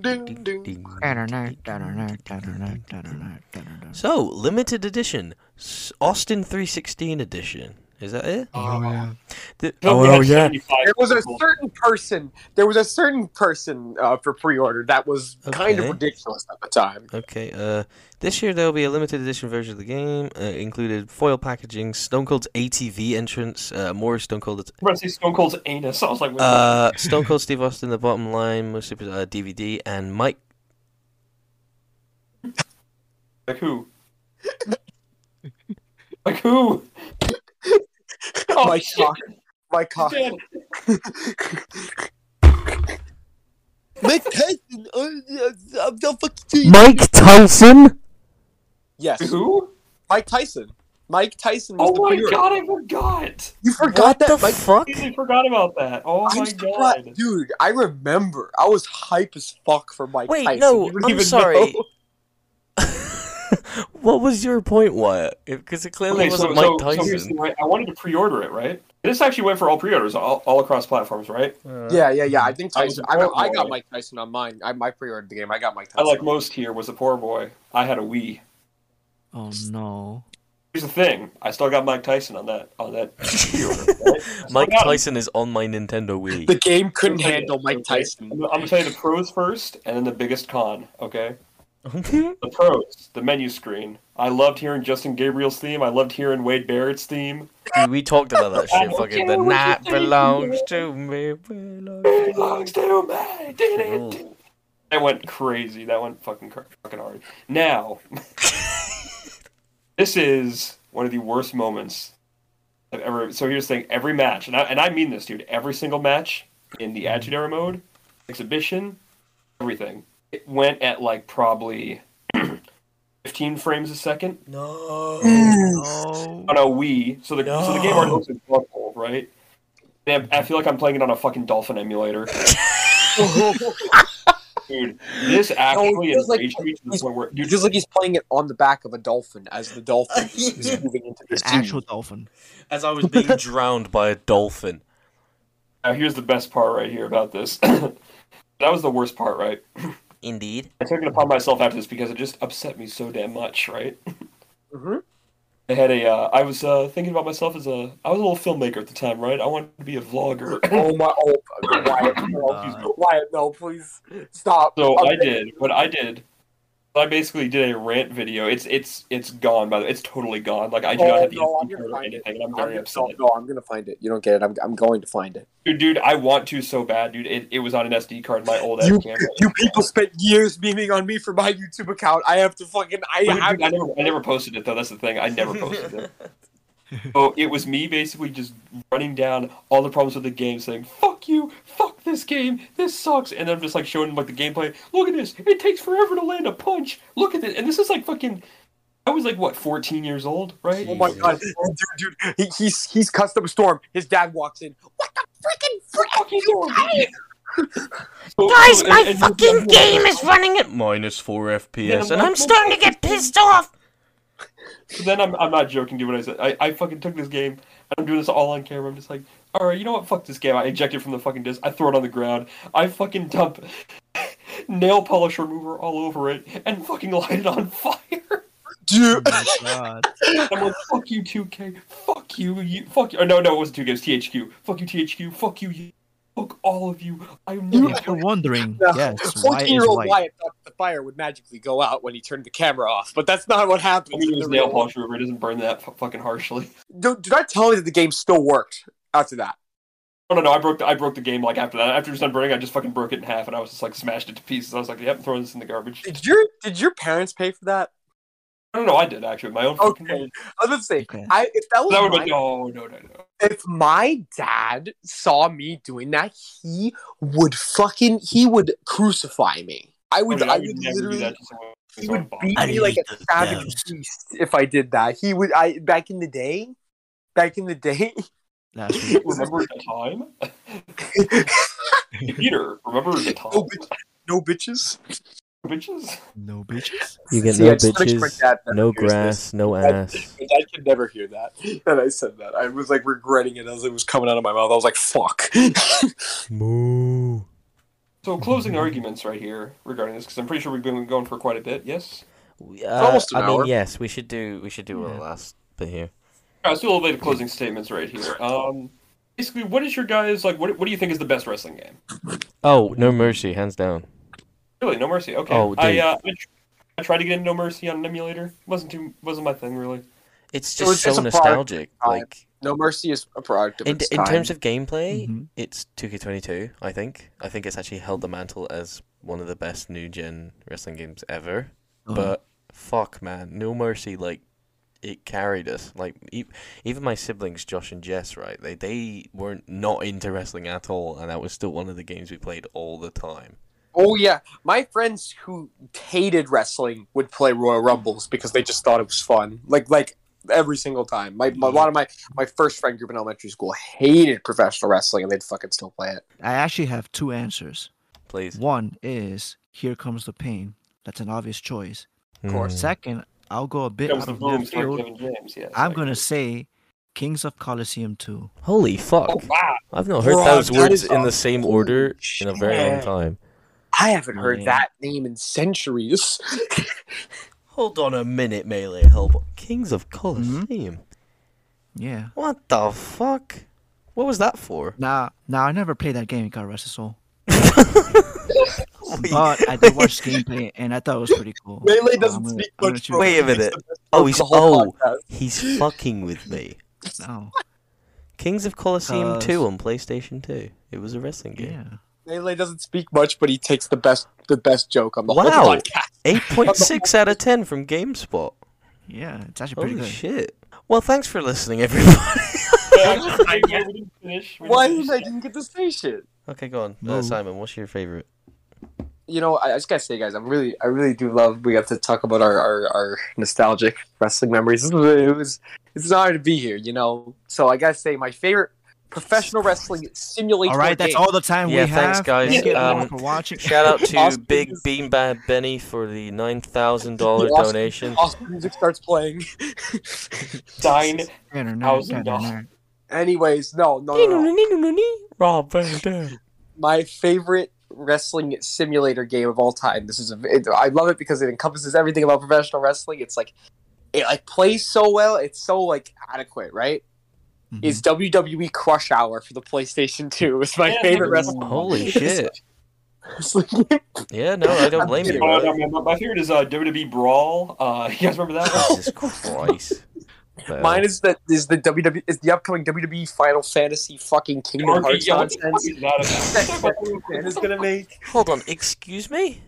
S10: ding, ding, ding, ding. So limited edition, S- Austin 316 edition. Is that it? oh,
S9: Oh, yeah.
S10: The-
S6: We had 75
S8: There was a
S6: people.
S8: certain person. There was a certain person uh, for pre-order that was kind of
S10: Okay.
S8: ridiculous at the time.
S10: Okay. Uh, this year there will be a limited edition version of the game. Uh, included foil packaging, Stone Cold's ATV entrance, uh, more Stone Cold
S6: I'm about to say Stone Cold's anus. I was like, wait,
S10: Uh, Stone Cold Steve Austin, the bottom line, most super uh, DVD, and Mike.
S6: like who? like who? Oh,
S8: my
S6: shit.
S8: cock. My cock.
S6: Dead.
S8: Mike Tyson. uh, uh, I'm not fucking kidding.
S10: Mike Tyson.
S8: Yes,
S6: Who?
S8: Mike Tyson. Mike Tyson was
S6: Oh
S8: the
S6: my
S8: pre-order.
S6: god, I forgot.
S8: You forgot
S10: the
S8: that Mike
S10: fuck?
S6: I completely forgot about that. Oh
S8: I'm
S6: my
S8: surprised-
S6: god.
S8: dude. I remember. I was hype as fuck for Mike
S10: Wait,
S8: Tyson.
S10: no,
S8: You didn't
S10: I'm
S8: even
S10: sorry.
S8: know.
S10: what was your point, Wyatt? Because it clearly
S6: Okay, so,
S10: wasn't
S6: so,
S10: Mike
S6: so
S10: Tyson.
S6: here's the thing, I wanted to pre-order it, right? This actually went for all pre-orders, all, all across platforms, right?
S8: Yeah, yeah, yeah. I think
S6: I was
S8: Tyson. I, got, I
S6: surprised.
S8: got Mike Tyson on mine. I, I pre-ordered the game. I got Mike
S6: I
S8: Tyson.
S6: like most here was a poor boy. I had a Wii.
S9: Oh no.
S6: Here's the thing: I still got Mike Tyson on that on that pre-order. right? I still
S10: Mike
S6: got him.
S10: Tyson is on my Nintendo Wii.
S8: the game couldn't
S6: Okay,
S8: handle Mike
S6: okay.
S8: Tyson.
S6: I'm, I'm gonna tell you the pros first, and then the biggest con. Okay. The pros: the menu screen. I loved hearing Justin Gabriel's theme. I loved hearing Wade Barrett's theme.
S10: Dude, we talked about that
S6: I
S10: shit.
S6: don't
S10: Fucking
S6: care
S10: the
S6: what you
S10: night
S6: think,
S10: belongs
S6: man.
S10: to me. belongs to
S6: It belongs to me. Did it.
S10: Oh.
S6: That went crazy. That went fucking cr- fucking hard. Now, this is one of the worst moments I've ever. So here's the thing: every match, and I, and I mean this, dude. Every single match in the Attitude Era mode, exhibition, everything, it went at like probably 15 frames a second
S9: Oh.
S6: on a Wii. So the so the game already looks like Bubble, right? And I I feel like I'm playing it on a fucking dolphin emulator. Dude, this actually
S8: feels
S6: is
S8: like-
S6: enraged me to the point where
S8: It's
S6: dude,
S8: just like he's playing it on the back of a dolphin as the dolphin is moving into
S9: An
S8: the
S9: actual
S8: sea.
S9: dolphin.
S10: As I was being drowned by a dolphin.
S6: now here's the best part right here about this. that was the worst part, right?
S10: Indeed.
S6: I took it upon myself after this because it just upset me so damn much, right?
S8: Mhm.
S6: They had a. Uh, I was uh, thinking about myself as a. I was a little filmmaker at the time, right? I wanted to be a vlogger.
S8: oh my! Oh, Wyatt, no, Wyatt, no, please stop.
S6: So
S8: Okay.
S6: I did what I did. I basically did a rant video. It's it's it's gone by the way. It's totally gone. Like I do
S8: Oh,
S6: not have the
S8: no, I'm
S6: Instagram
S8: gonna
S6: or
S8: find it.
S6: anything, and I'm
S8: I'm
S6: very
S8: gonna,
S6: upset.
S8: no, no, I'm gonna find it. You don't get it. I'm, I'm going to find it.
S6: Dude, dude, I want to so bad, dude. It, it was on an SD card, my old ass
S8: You,
S6: camera.
S8: you people spent years memeing on me for my YouTube account. I have to fucking. I
S6: Dude,
S8: have
S6: dude, I never, I never posted it though. That's the thing. I never posted it. So it was me basically just running down all the problems with the game, saying "fuck you, fuck this game, this sucks," and then I'm just like showing like the gameplay. Look at this. It takes forever to land a punch. Look at it. And this is like fucking. I was like what, 14 years old, right?
S8: Oh my god, dude, dude, he, he's he's cussed up a storm. His dad walks in. What the freaking frick?
S6: Fucking guys,
S7: Guys, my fucking game is running at minus four FPS, and I'm starting to get pissed off.
S6: So then I'm, I'm not joking, dude. What I said, I, I fucking took this game. and I'm doing this all on camera. I'm just like, all right, you know what? Fuck this game. I eject it from the fucking disc. I throw it on the ground. I fucking dump nail polish remover all over it and fucking light it on fire.
S8: Dude,
S9: Oh my God.
S6: I'm like, fuck you, 2K. Fuck you, you. Fuck you. Or no, no, it wasn't 2K. It was THQ. Fuck you, THQ. Fuck you, you. Fuck all of you. I'm never.
S9: If you're wondering,
S8: No.
S9: yes, why is
S8: fourteen-year-old
S9: white?
S8: Wyatt thought the fire would magically go out when he turned the camera off, but that's not what
S6: I
S8: happened.
S6: mean,
S8: in
S6: it
S8: the
S6: was nail
S8: real world.
S6: polish remover. It doesn't burn that fu- fucking harshly.
S8: Dude, did I tell you that the game still worked after that?
S6: Oh, No, no, no. I broke. The, I broke the game like after that. After it was done burning, I just fucking broke it in half, and I was just like smashed it to pieces. I was like, "Yep, I'm throwing this in the garbage."
S8: Did your did your parents pay for that?
S6: I don't know. I did actually. My own. fucking
S8: Okay,
S6: money.
S8: I was gonna say,
S9: Okay.
S8: I if that was
S6: That would
S8: my
S6: have been. No, no, no, no.
S8: if my dad saw me doing that, he would fucking he would crucify me. I would I
S6: I, mean, Oh, I
S8: would,
S6: would never do
S8: literally
S6: that to someone.
S8: he would
S6: Someone
S8: beat
S6: bought-
S8: me like a savage beast if I did that. He would I back in the day, back in the day.
S9: Last week.
S6: Remember the time, Peter? Remember the time,
S8: no, bitch, no bitches.
S6: bitches?
S9: No bitches.
S7: You get
S8: See,
S7: no
S8: I just finished my
S7: bitches,
S8: dad that
S7: no
S8: hears this.
S7: grass, no
S8: That-
S7: ass.
S8: My dad could never hear that. And I said that. I was like regretting it as it was coming out of my mouth. I was like, fuck.
S7: Moo.
S6: So closing arguments right here regarding this, because I'm pretty sure we've been going for quite a bit. Yes.
S7: We- uh,
S8: almost an
S7: I mean,
S8: hour.
S7: yes, we should do we should do a last bit here.
S6: All right, let's do a little bit of closing statements right here. Um, basically, what is your guys like? What What do you think is the best wrestling game?
S7: Oh, no mercy, hands down.
S6: Really, No Mercy. Okay.
S7: Oh, dude.
S6: I uh, I, tr- I tried to get in No Mercy on an emulator. wasn't too wasn't my thing really.
S7: It's
S8: So
S7: just
S8: it's
S7: so
S8: just a product
S7: nostalgic.
S8: time.
S7: Like
S8: no mercy is a product of
S7: in,
S8: its
S7: in
S8: time. Mm-hmm.
S7: terms of gameplay,
S9: Mhm.
S7: it's 2K22. I think I think it's actually held the mantle as one of the best new gen wrestling games ever.
S9: Uh-huh.
S7: But fuck, man, No Mercy like it carried us. Like e- even my siblings, Josh and Jess, right? They they weren't not into wrestling at all, and that was still one of the games we played all the time.
S8: Oh yeah, my friends who hated wrestling would play Royal Rumbles because they just thought it was fun. Like like every single time. My,
S7: Mm-hmm.
S8: my a lot of my my first friend group in elementary school hated professional wrestling and they'd fucking still play it.
S9: I actually have two answers.
S7: Please,
S9: One is Here Comes the Pain. That's an obvious choice.
S7: of
S9: Second, I'll go a bit
S6: Comes
S9: out
S6: the
S9: of left
S6: boom for
S9: field.
S6: Kevin James. Yes.
S9: I'm gonna say Kings of Coliseum 2.
S7: Holy fuck!
S6: Oh wow.
S7: I've not heard
S8: Bruh,
S7: those
S8: that
S7: words
S8: is
S7: in
S8: awesome.
S7: the same order in a very long
S8: Shit.
S7: time.
S8: I haven't heard
S9: Man.
S8: that name in centuries.
S7: Hold on a minute, melee help. Kings of Colosseum.
S9: Yeah.
S7: What the fuck? What was that for?
S9: Now, now I never played that game in God Rest His Soul,
S7: Wait,
S9: but I did watch gameplay and I thought it was pretty cool.
S8: Melee
S9: So
S8: doesn't
S9: I'm gonna-
S8: speak
S9: I'm gonna
S8: much,
S9: choose-
S8: bro.
S7: wait a minute. Oh, he's oh, he's fucking with me.
S9: No.
S7: Kings of Colosseum
S9: Cause-
S7: two on PlayStation two. It was a wrestling game.
S9: Yeah.
S8: Melee doesn't speak much, but he takes the best the best joke on the
S7: Wow.
S8: whole podcast.
S7: Eight point six out of ten from GameSpot.
S9: Yeah. It's actually pretty
S7: Holy
S9: good.
S7: shit! Well, thanks for listening, everybody.
S6: I, yeah, we didn't finish. We didn't
S8: Why
S6: finish
S8: did I didn't get to say shit?
S7: okay, go on, uh,
S9: No.
S7: Simon. What's your favorite?
S8: You know, I, I just gotta say, guys, I'm really, I really do love. We have to talk about our, our, our nostalgic wrestling memories. This was, it was, it's an honor to be here. You know, so I gotta say, my favorite professional wrestling simulator.
S9: All right, that's
S8: game.
S9: all the time
S7: Yeah,
S9: we
S7: thanks,
S9: have.
S7: guys.
S9: Thank you everyone
S7: Um,
S9: for watching.
S7: Shout out to
S8: Austin
S7: Big
S8: is-
S7: Beanbag Benny for the nine thousand dollar
S8: Austin-
S7: donation.
S8: Awesome music starts playing.
S6: Dine
S9: Dinner, dinner, dinner,
S6: Thousand dollars.
S9: dinner.
S8: Anyways, no, no, no, no.
S7: Rob Van Dam.
S8: my favorite wrestling simulator game of all time. This is a, it, I love it because it encompasses everything about professional wrestling. It's like it like plays so well. It's so like adequate, right?
S9: Mhm.
S8: Is WWE E Crush Hour for the PlayStation Two? It's my
S6: Yeah,
S8: favorite
S6: yeah.
S8: wrestling.
S7: Holy shit!
S8: wrestling game.
S7: Yeah, no, I don't blame you.
S6: Oh, no,
S7: Right?
S6: my, my favorite is uh, WWE Brawl. Uh, you guys remember that one?
S7: Jesus Christ! Well,
S8: Mine is the is the WWE is the upcoming WWE Final Fantasy fucking Kingdom
S6: Marky,
S8: Hearts
S6: yeah, what the fuck
S8: nonsense.
S6: is that about?
S8: Man is gonna make.
S7: Hold on, excuse me.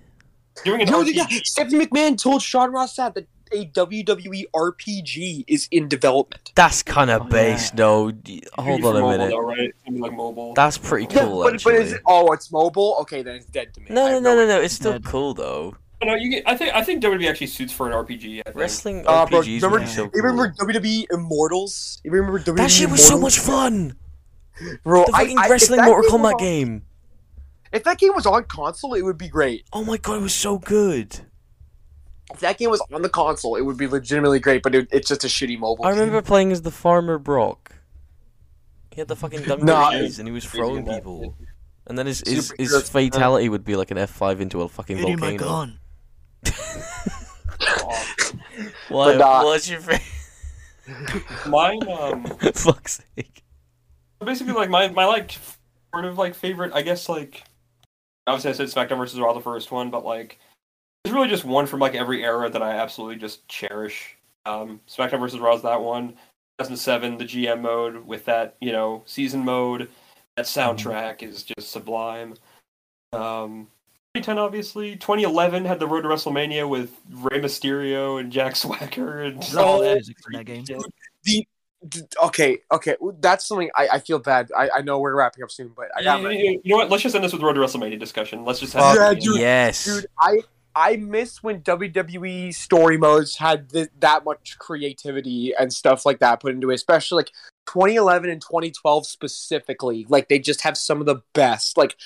S6: Doing an
S8: Yo,
S6: RPG.
S8: yeah, Stephanie McMahon told Sean Ross that that a E WWE RPG is in development.
S7: That's kind of
S9: Oh,
S7: base,
S9: yeah.
S7: though. D- Hold
S6: Maybe
S7: on
S6: for
S7: a
S6: mobile,
S7: minute.
S6: Though, right? It's gonna be like mobile.
S7: That's pretty cool,
S8: but, but
S7: actually.
S8: is it? Oh, it's mobile. Okay, then it's dead to me.
S7: No,
S8: I
S7: no,
S8: have
S7: no, no, no. It's still
S9: Dead.
S7: cool though.
S6: No, no, you get, I think I think WWE actually suits for an RPG. I think.
S7: Wrestling
S8: Uh, bro,
S7: RPGs
S8: remember-
S7: would be so
S8: You
S7: cool.
S8: remember WWE Immortals? You remember WWE?
S7: that shit was so
S8: Immortals?
S7: much fun.
S8: Bro,
S7: The fucking
S8: if
S7: wrestling
S8: that
S7: Mortal
S8: game was
S7: Kombat
S8: on-
S7: game.
S8: If that game was on console, it would be great.
S7: Oh my god, it was so good.
S8: If that game was on the console, it would be legitimately great. But it, it's just a shitty mobile.
S7: I
S8: game.
S7: remember playing as the farmer Brock. He had the fucking
S8: Nah,
S7: dungarees and he was throwing
S6: Yeah.
S7: people. And then his his,
S8: Super
S7: his
S8: good.
S7: fatality would be like an F five into a fucking
S9: Give me my
S7: volcano.
S9: gun.
S7: Why?
S8: But uh, nah.
S7: What's your fa-
S6: Mine, um,
S7: fuck's sake?
S6: basically like my my like sort of like favorite i guess like obviously i said smackdown versus raw the first one but like there's really just one from like every era that i absolutely just cherish um smackdown versus raw is that one 2007 the gm mode with that you know season mode that
S8: Mm-hmm.
S6: soundtrack is just sublime um 2010 obviously 2011 had the road to wrestlemania with Rey mysterio and jack swagger and
S9: Love all the
S8: Oh,
S9: music for that game.
S8: D- Okay, okay, well, that's something I, I feel bad. I, I know we're wrapping up soon, but I got my-
S6: you know what let's just end this with road to wrestlemania discussion let's just
S8: Fuck
S6: have
S8: Yeah, dude.
S7: yes.
S8: dude. I I miss when WWE story modes had th- that much creativity and stuff like that put into it, especially like 2011 and 2012 specifically. Like they just have some of the best. Like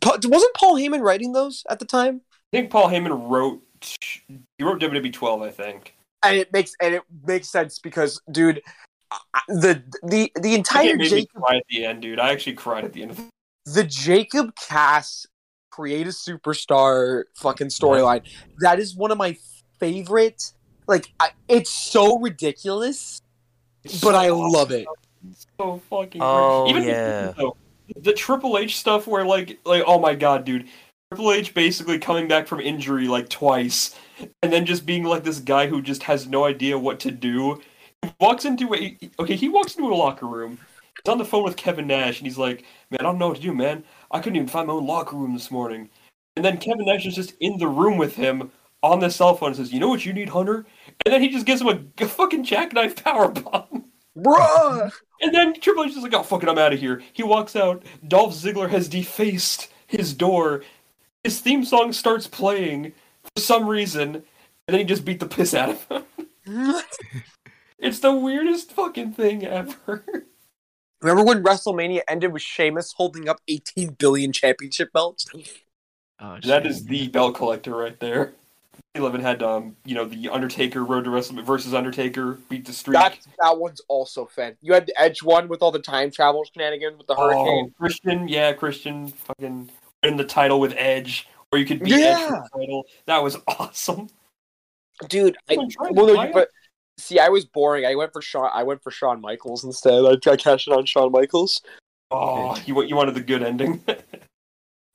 S8: Pa- wasn't Paul Heyman writing those at the time?
S6: I think Paul Heyman wrote he wrote WWE 12, I think.
S8: And it makes and it makes sense because, dude, I- I- the the the
S6: I
S8: entire
S6: think it made me
S8: Jake
S6: cry at the end, dude. I actually cried at the end of the
S8: the Jacob Cass create a superstar fucking storyline. That is one of my favorite. Like, I, it's so ridiculous, but I love it.
S6: so fucking
S7: Oh,
S6: great. Even
S7: yeah.
S6: though, the Triple H stuff where like like oh my god, dude. Triple H basically coming back from injury like twice and then just being like this guy who just has no idea what to do. He walks into a okay, he walks into a locker room. He's on the phone with Kevin Nash and he's like, Man, I don't know what to do, man. I couldn't even find my own locker room this morning. And then Kevin Nash is just in the room with him on the cell phone and says, You know what you need, Hunter? And then he just gives him a g- fucking jackknife powerbomb.
S8: Bruh!
S6: And then Triple H is like, oh, fuck it, I'm out of here. He walks out. Dolph Ziggler has defaced his door. His theme song starts playing for some reason, and then he just beat the piss out of him. It's the weirdest fucking thing ever.
S8: Remember when WrestleMania ended with Sheamus holding up 18 billion championship belts?
S9: Oh,
S6: That
S9: shit.
S6: is the belt collector right there. 11 had, um, you know, the Undertaker Road to WrestleMania versus Undertaker beat the streak.
S8: That, that one's also fan. You had the Edge one with all the time travel shenanigans with the
S6: Oh,
S8: hurricane.
S6: Christian, yeah, Christian fucking win the title with Edge, or you could beat Edge for
S8: Yeah.
S6: the title. That was awesome.
S8: Dude, I,
S6: Someone tried to
S8: well, no,
S6: buy it.
S8: but see, I was boring. I went for Shawn. I went for Shawn Michaels instead. I, I cashed in on Shawn Michaels.
S6: Oh, you, wa- you wanted the good ending.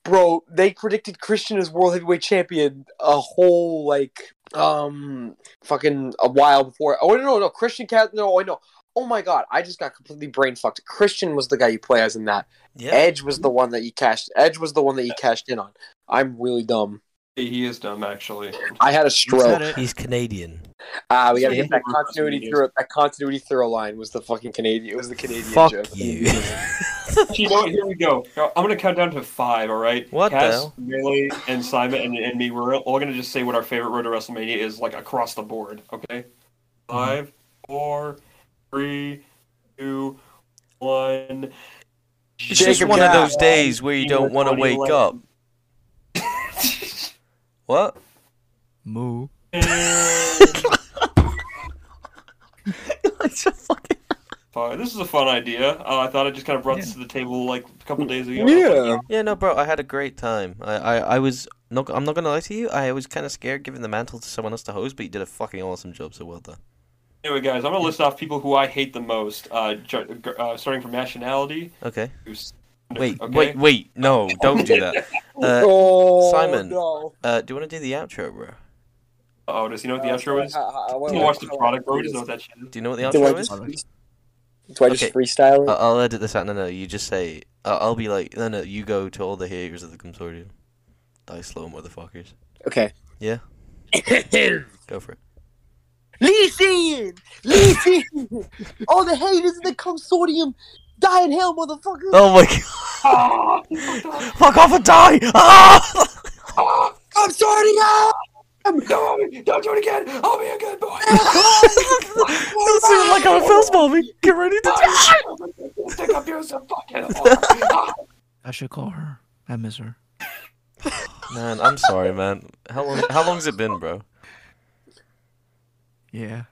S8: bro they predicted christian as world heavyweight champion a whole like um fucking a while before oh no no no christian cat no i know oh my god i just got completely brain fucked christian was the guy you play as in that
S7: yeah.
S8: edge was the one that you cashed edge was the one that you cashed in on i'm really dumb
S6: he is dumb, actually.
S8: i had a
S9: You said
S8: stroke
S9: it.
S7: He's Canadian.
S8: ah we gotta get that
S6: Yeah.
S8: continuity throw that continuity throw line was the fucking canadian it was the canadian
S7: Fuck
S8: joke
S7: you.
S6: you know what? Here we go. Now, I'm gonna count down to five. All right.
S7: What the
S6: Cass,
S7: hell?
S6: Melee, and Simon and, and me. We're all gonna just say what our favorite road to WrestleMania is, like across the board. Okay. Five, four, three, two, one.
S7: It's just
S8: Jacob
S7: one of
S8: Jack.
S7: those days where you don't want to wake up. What?
S9: Moo.
S7: It's a fucking
S6: Fine. This is a fun idea. Uh, I thought I just kind of brought this to the table like a couple days ago.
S8: yeah
S7: Yeah, no, bro, I had a great time. I, I, I was No, I'm not gonna lie to you. I was kind of scared giving the mantle to someone else to host, but you did a fucking awesome job. So well done.
S6: Anyway, guys, I'm gonna list off people who I hate the most, uh, ju- uh, starting from nationality.
S7: Okay.
S6: to s-
S7: Wait,
S6: okay? Uh,
S7: wait, wait. No, don't do that. Uh,
S8: oh,
S7: Simon.
S8: No.
S7: uh, do you want to do the outro, bro?
S6: Oh, does he know what the outro is?
S8: Uh, uh, uh, what-
S6: He watched the
S8: what-
S6: product, bro. He doesn't know what that shit is.
S7: Do you know what the
S8: Do I
S7: outro is?
S8: just, do I just
S7: Okay.
S8: freestyle it?
S7: I- I'll edit this out. No, no. You just say. Uh, I'll be like, no, no. You go to all the heroes of the consortium. Die slow, motherfuckers.
S8: okay.
S7: Yeah. Go for it.
S8: Listen! Listen! All the haters in the consortium die in hell, motherfucker!
S7: Oh my god. Fuck off and die! Ah!
S8: I'm sorry, guys!
S7: Don't seem like I'm a fast mommy. Get ready to die!
S9: I should call her. I miss her.
S7: Man, I'm sorry, man. How long? How long's it been, bro?
S9: Yeah.